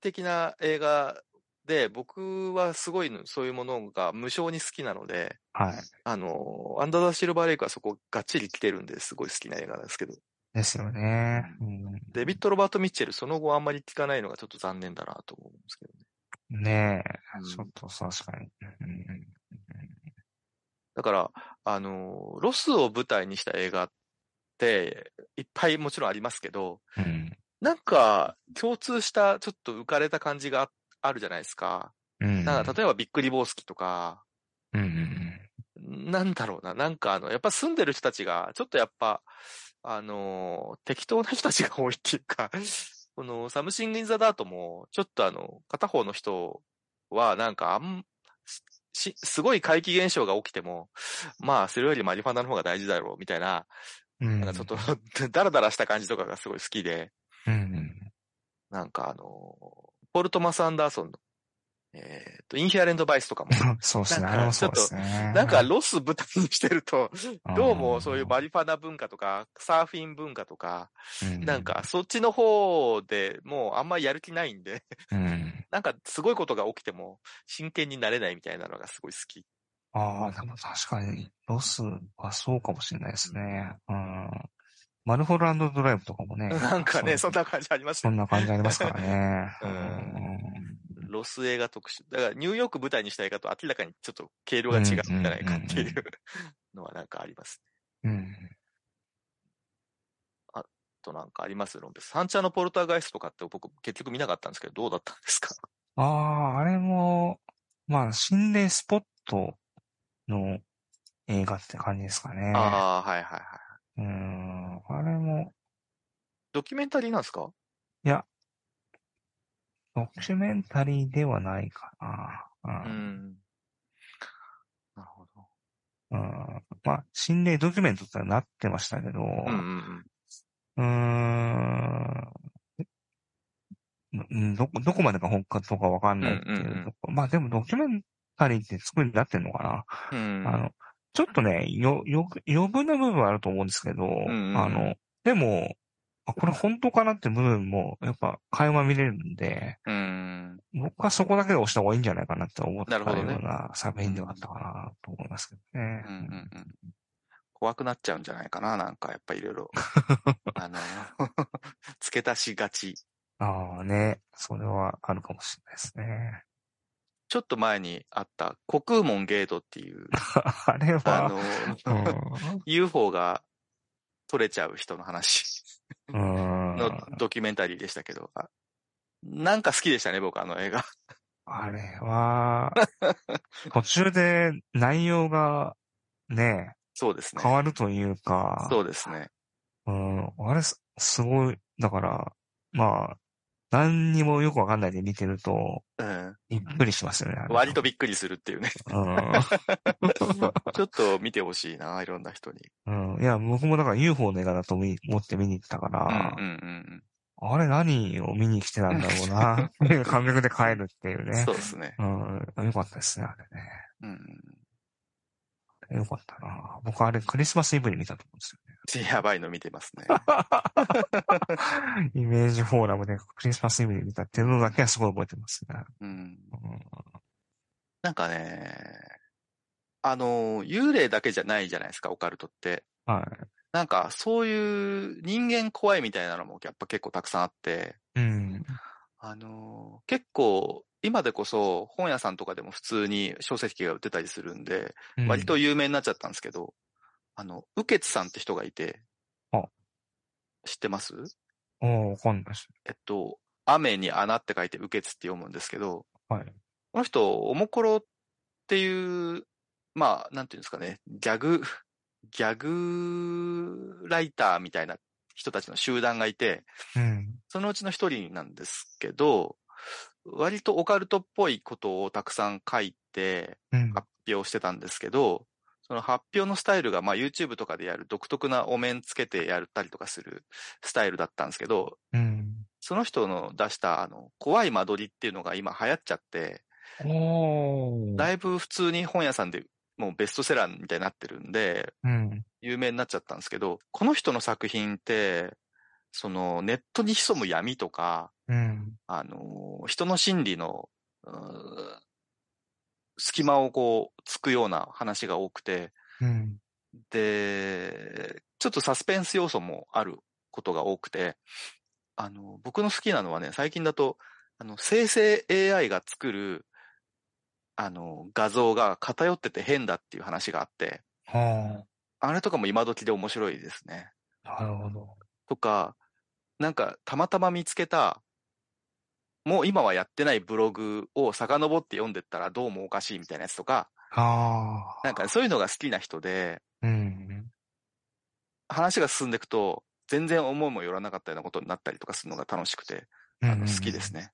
的な映画で、僕はすごいのそういうものが無性に好きなので、
はい。
あのーアンダーザ・シルバーレイクはそこがっちり来てるんですごい好きな映画なんですけど、
ですよね。うん
デビッド・ロバート・ミッチェル、その後あんまり聞かないのがちょっと残念だなと思うんですけどね。
ねえ、
うん
ちょっと確かに。うん
だから、あのーロスを舞台にした映画って、いっぱいもちろんありますけど、
うん。
なんか、共通した、ちょっと浮かれた感じがああるじゃないですか。
うん。
だから、例えば、ビックリボースキとか、
うんうん
なんだろうな、なんかあの、やっぱ住んでる人たちが、ちょっとやっぱ、あのー適当な人たちが多いっていうか、 この、サムシング・イン・ザ・ダートも、ちょっとあの、片方の人は、なんかあん、し、すごい怪奇現象が起きても、まあ、それよりマリファナの方が大事だろう、みたいな、
うん。うん
なんかちょっと、 ダラダラした感じとかがすごい好きで、
うん。
なんかあの、ポール・トマス・アンダーソンの、えっ、と、インヒアレント・バイスとか も、
そうですね。
なんか
あれもそうですね。
なんかロス舞台にしてると、
ん
どうもそういうマリファナ文化とか、サーフィン文化とか、
うん
なんか、そっちの方でもうあんまりやる気ないんで、
うん。
なんかすごいことが起きても真剣になれないみたいなのがすごい好き。
ああ、でも確かに、ロスはそうかもしれないですね。うん。マルフォルドライブとかもね。
なんかね、そん
な。
な感じあります
そ
よ
ん
ね。
な感じありますからね。
うんロス映画特集。だからニューヨーク舞台にした映画と明らかにちょっと経路が違うんじゃないかっていう
うんうんうん
のはなんかあります。
うん。うん。
ちょっとなんかありますロンペス。サンチャのポルターガイストとかって僕結局見なかったんですけど、どうだったんですか
ああ、あれも、まあ、心霊スポットの映画って感じですかね。
ああ、はいはいはい。
うん。あれも、
ドキュメンタリーなんですか
ドキュメンタリーではないかな。
う。ん。なるほど。
うんまあ、心霊ドキュメントってなってましたけど、
うんうんうん。
うーん。うんどこ、どこまでが本格とかわかんないっていうとこ
うんうん
まあでもドキュメンタリーって作りになってんのか
うん
な、あの、ちょっとね、よ、よ、余分な部分はあると思うんですけど、
んうん
あの、でも、あこれ本当かなって部分も、やっぱ、会話見れるんで、
うん。
僕はそこだけで押した方がいいんじゃないかなって思った
な
よ
るほど
う
ね
な作品ではあったかなと思いますけどね。
うんうんうん。怖くなっちゃうんじゃないかななんかやっぱいろい ろ。あの、 付け足しがち。
ああね、それはあるかもしれないですね。
ちょっと前にあった、コクーモンゲートって いう、
あれ
あ
は、
の、
う
UFO が取れちゃう人の話。
んう
の
ん
ドキュメンタリーでしたけど、あなんか好きでしたね、僕、あの映画。
あれは、途中で内容がね、
そうです ね
変。わるというか、
そうですね。
うん、あれすすごい、だから、まあ、何にもよくわかんないで見てると、
うん。
びっくりしますよね。あれ
割と、びっくりするっていう ね。ち
う
ょっと見てほしいな、いろんな人に。
んうん。いや、僕もだから UFO の映画だと思い思って見に行ったか
うん
ら、
うんうん
あれ何を見に来てたんだろうな、 っていう感覚で帰るってい
う
う
ん。
ね
そ。うですね。
うん、よかったですね、あれね。
うん。
よかったな。僕あれクリスマスイブに見たと 思うんですよ ね。
やばいの見てますね。
イメージフォーラムでクリスマスイブに見たっていうのだけはすごい覚えてますね。
うん。
うん
なんかね、あの、幽霊だけじゃないじゃないですか、オカルトって。
はい。
なんか、そういう人間怖いみたいなのもやっぱ結構たくさんあって、
うん。
あの、結構、今でこそ本屋さんとかでも普通に小説が売ってたりするんで、
うん
割と有名になっちゃったんですけど、あの、ウケツさんって人がいて
あ、
知ってます
おーわかんないです。
えっと、雨に穴って書いてウケツって読むんですけど、
はい。
この人、おもころっていう、まあ、なんていうんですかね、ギャグ、ギャグライターみたいな人たちの集団がいて、
うん。
そのうちの一人なんですけど、割とオカルトっぽいことをたくさん書いて
うん。
発表してたんですけど、その発表のスタイルが、まあ、YouTube とかでやる独特なお面つけてやったりとかするスタイルだったんですけど、
うん。
その人の出した、あの、怖い間取りっていうのが今流行っちゃって、
おー。
だいぶ普通に本屋さんでもうベストセラーみたいになってるんで、
うん。
有名になっちゃったんですけど、この人の作品って、そのネットに潜む闇とか、
うん。
あのー人の心理の、うー隙間をこう、つくような話が多くて、
うん。
で、ちょっとサスペンス要素もあることが多くて、あの、僕の好きなのはね、最近だと、あの、生成 AI が作る、あの、画像が偏ってて変だっていう話があって、
は
あれとかも今時で面白いですね。
あ。なるほど。
とか、なんか、たまたま見つけた、もう今はやってないブログを遡って読んでったらどうもおかしいみたいなやつとか、
あ
なんかそういうのが好きな人で、
あ。うん。
話が進んでいくと、全然思いもよらなかったようなことになったりとかするのが楽しくて、あの好きですね。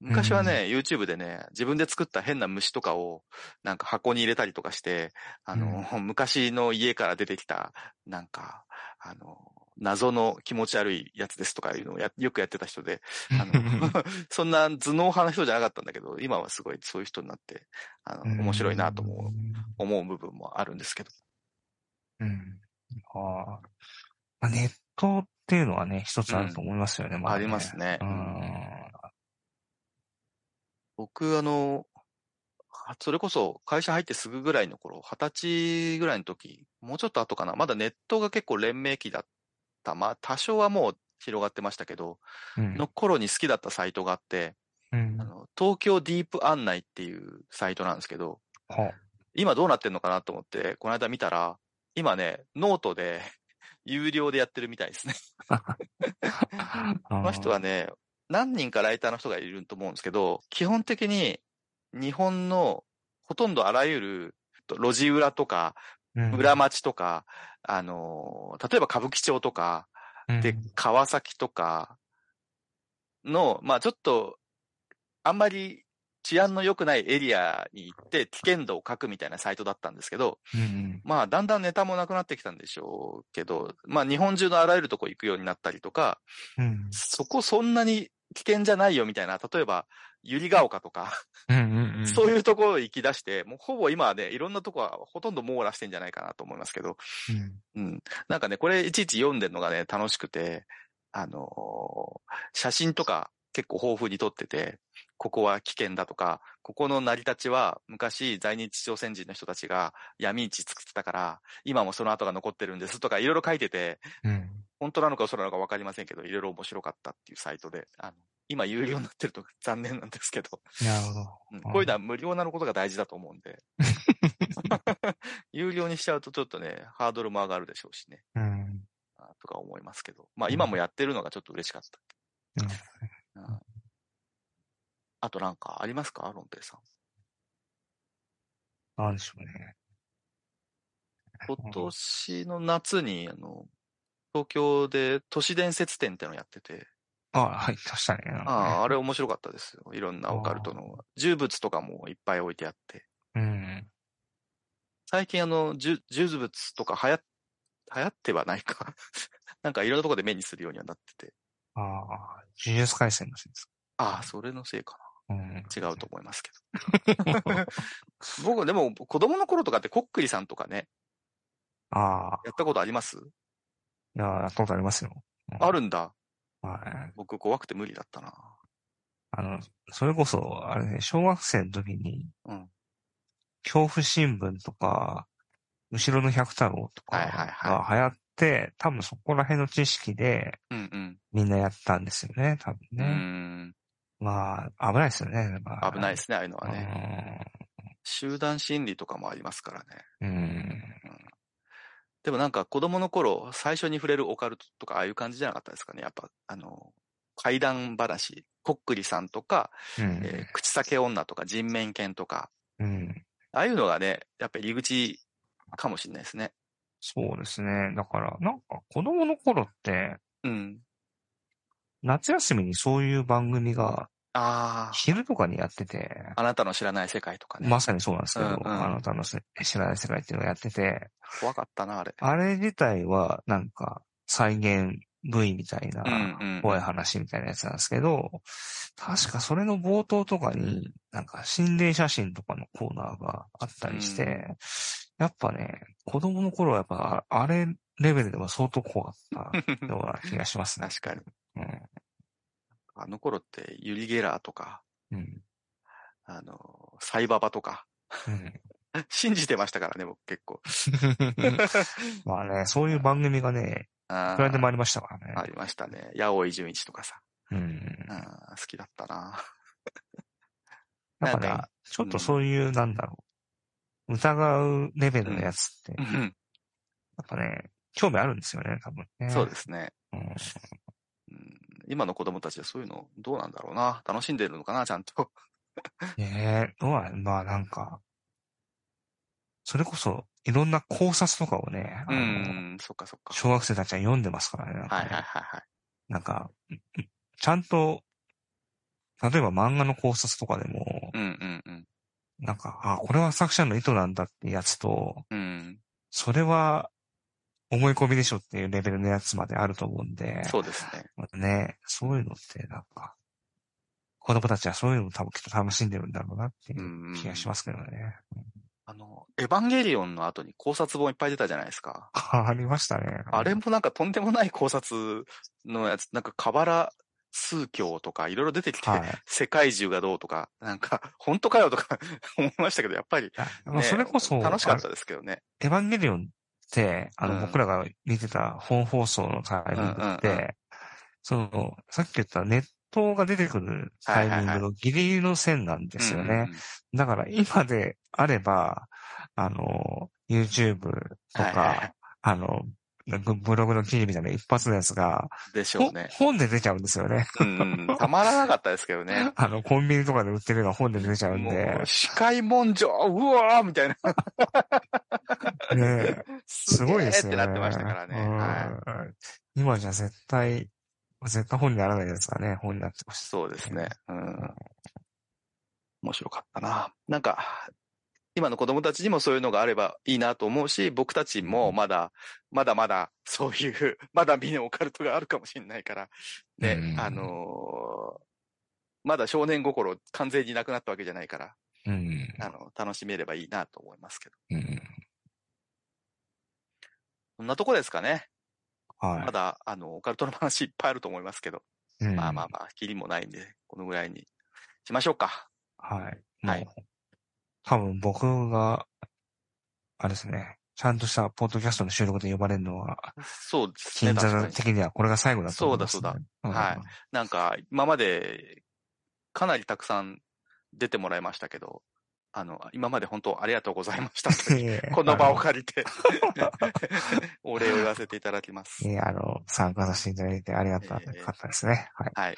昔はね、YouTube でね、自分で作った変な虫とかを、なんか箱に入れたりとかして、あの、昔の家から出てきた、なんか、あの、謎の気持ち悪いやつですとかいうのをやよくやってた人で、
うん。
あのそんな頭脳派な人じゃなかったんだけど、今はすごいそういう人になって、あの、
うん
面白いなと思う、。思う部分もあるんですけど。
うん。ああ。まあ、ネットっていうのはね、一つあると思いますよね、だ
ありますね
う
うん
ん。
僕、あの、はそれこそ会社入ってすぐぐらいの頃、二十歳ぐらいの時、もうちょっと後かな、まだネットが結構黎明期だった。まあ、多少はもう広がってましたけど、
うん
の頃に好きだったサイトがあって、
うん
あ。の、東京ディープ案内っていうサイトなんですけど、
は
今どうなってんのかなと思って、この間見たら、今ね、ノートで 有料でやってるみたいですね。
こ
この人はね、何人かライターの人がいると思うんですけど、基本的に日本のほとんどあらゆる路地裏とか、裏町とか、あのー、例えば歌舞伎町とか、で、川崎とかの、まあちょっと、あんまり治安の良くないエリアに行って危険度を書くみたいなサイトだったんですけど、
うん。
まあだんだんネタもなくなってきたんでしょうけど、まあ日本中のあらゆるとこ行くようになったりとか、
うん。
そこそんなに危険じゃないよみたいな、例えば、ゆりが丘とか、
うん。うん。
そう
い
いうところ行き出して、もうほぼ今はね、いろんなとこはほとんど網羅してんじゃないかなと思いますけど、
うん。
うん。なんかね、これいちいち読んでるのがね、楽しくて、あのー写真とか結構豊富に撮ってて、ここは危険だとか、ここの成り立ちは昔在日朝鮮人の人たちが闇市作ってたから、今もその跡が残ってるんですとかいろいろ書いてて、
うん。
本当なのか嘘なのか分かりませんけど、いろいろ面白かったっていうサイトで、あの、今有料になってると 残念なんですけど、
なるほど。
うんこういうのは無料なのことが大事だと思うん で。有料にしちゃうとちょっとね、ハードルも上がるでしょうしね、
うん。
あとか思いますけど。まあ今もやってるのがちょっと嬉しかった。
うん
うんあとなんかありますかロンペイさん。
なんでしょうね。
今年の夏に、あの、東京で都市伝説展ってのをやってて、
ああ、はい、出したね。
ああ、あれ面白かったですよ。いろんなオカルトの。呪物とかもいっぱい置いてあって。
うん。
最近あの、呪術物とか流行っ、流行ってはないか。 なんかいろんなとこで目にするようにはなってて。
ああ、呪術回戦のせいです。
ああ、それのせいか
うん。
違うと思いますけど。 僕、でも子供の頃とかってコックリさんとかね、
ああ、
やったことあります
いや、やったことありますよ。
あるんだ。
はい。
僕怖くて無理だったな。
あの、それこそ、あれね、小学生の時に、
うん
恐怖新聞とか、後ろの百太郎とか
はいはい
が
は
流行って、多分そこら辺の知識で
うんうん。
みんなやったんですよね、多分
う
ね。
ん。
まあ、危ないですよね。
危ないで
で
すね、ああいうのはね。集団心理とかもありますからね。
うん。うん
でもなんか子供の頃、最初に触れるオカルトとか、ああいう感じじゃなかったですかね。やっぱ、あの、怪談話、こっくりさんとか、
うん
えー口裂け女とか、人面犬とか、
うん。
ああいうのがね、やっぱり入り口かもしれないですね。
そうですね。だから、なんか子供の頃って、
うん。
夏休みにそういう番組が
あ
昼とかにやってて、
あ、あなたの知らない世界とかね。
まさにそうなんですけど、
うんうん
あの、楽しい、知らない世界っていうのをやってて、
怖かったな、あれ。
あれ自体は、なんか、再現部位みたいな
うんうん、
怖い話みたいなやつなんですけど、確かそれの冒頭とかに、なんか、心霊写真とかのコーナーがあったりして、
う
やっぱね、子供の頃はやっぱ、ああれレベルでは相当怖か ったような気がしますね。
確かに。
うん。
あの頃って、ユリ・ゲラーとか、
うん。
あの、サイババとか、 信じてましたからね、僕結構。
うんまあね、そういう番組がね、
あ
いくらでも
あ
ありましたからね。
ありましたね。八尾井純一とかさ。
うん。
うん、好きだったな。
なんかね、
なんか
ちょっとそういう、なんだろう。疑うレベルのやつって、やっぱね、興味あるんですよね、多分ね。
そうですね、
うん。
うん。今の子供たちはそういうのどうなんだろうな。楽しんでるのかな、ちゃんと。
ねえ、どうなんまあなんか、それこそ、いろんな考察とかをね、あ
う
の
ん、そっかそっか。
小学生たちは読んでますからね。なんか
は
ね
いはいはいはい。
なんか、ちゃんと、例えば漫画の考察とかでも、
うんうんうん。
なんか、あ、これは作者の意図なんだってやつと、
うん、
それは思い込みでしょっていうレベルのやつまであると思うんで、
そうですね。。
ね、そういうのってなんか、子供たちはそういうのを多分きっと楽しんでるんだろうなっていううん気がしますけどね。
あの、エヴァンゲリオンの後に考察本いっぱい出たじゃないですか。
ありましたね。
あれもなんかとんでもない考察のやつ、なんか河原数教とかいろいろ出てき て、
はい。
世界中がどうとか、なんか、本当かよとか 思いましたけど、やっぱり、
あ
ね
それこそ、
楽しかっ
あ
たですけどね。
エヴァンゲリオンって、あの、
うん
僕らが見てた本放送のタイミングって、
うんうんう
その、さっき言ったネットが出てくるタイミングのギリギリの線なんですよね。
うんうんうん。
だから今であれば、あの、YouTube とか、
はいはいはい
あの、なんかブログの記事みたいな一発のやつが、
でしょう ね。
ほ本で出ちゃうんですよね。
うんうんたまらなかったですけどね。
あの、コンビニとかで売ってるような本で出ちゃうん
も
で
う、、視界文書、うわーみたいな。
ねえすごいですよ
げ
ね。
ーってなってましたからね。
うん
はい。
今じゃ絶対、絶対本にならないですからね、本になってました。
そうですね。うん。面白かったな。なんか、今の子供たちにもそういうのがあればいいなと思うし、僕たちもまだ、まだまだ、そういう、 まだ見ぬオカルトがあるかもしれないから、ね、
うん
あのーまだ少年心完全になくなったわけじゃないから、
うん。
あの、楽しめればいいなと思いますけど。
うん。
そんなとこですかね。ま
は
だ、あの、オカルトの話いっぱいあると思いますけど、
い。うん
まあまあまあ、キリもないんで、このぐらいにしましょうか。
はい。
はい
もう多分僕が、あれですね、ちゃんとしたポッドキャストの収録で呼ばれるのは、
そうですね、
金
確か
座
に。
的にはこれが最後だと思います、ね。
そうだ
そう
だはい。なんか、今まで、かなりたくさん出てもらいましたけど、あの、今まで本当ありがとうございました。 この 場を借りて、お礼を言わせていただきます
え。あの、参加させていただいてありがたかったですね。はい。
はい。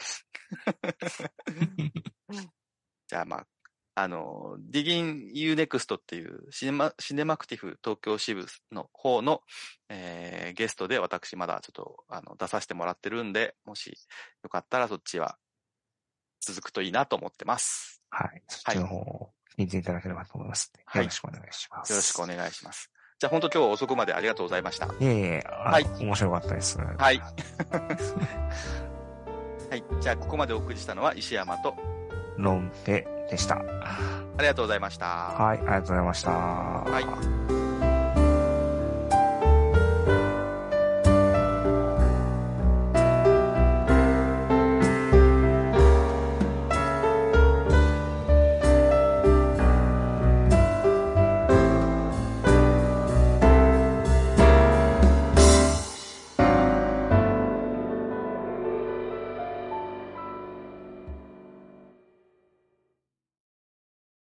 じゃあまあ、あの、ディギン UNEXT っていうシネマ、シネマクティフ東京支部の方の、えーゲストで私まだちょっとあの出させてもらってるんで、もしよかったらそっちは続くといいなと思ってます。
はい。そっちの方を聞いていただければと思いますので、
はい
よろしくお願いします。
よろしくお願いします。じゃあ本当今日は遅くまでありがとうございました。
いえいえ、は
はいい、
面白かったです。
はいはい。じゃあここまでお送りしたのは石山と、
ロンペでした。
ありがとうございました。
はい、ありがとうございました。はい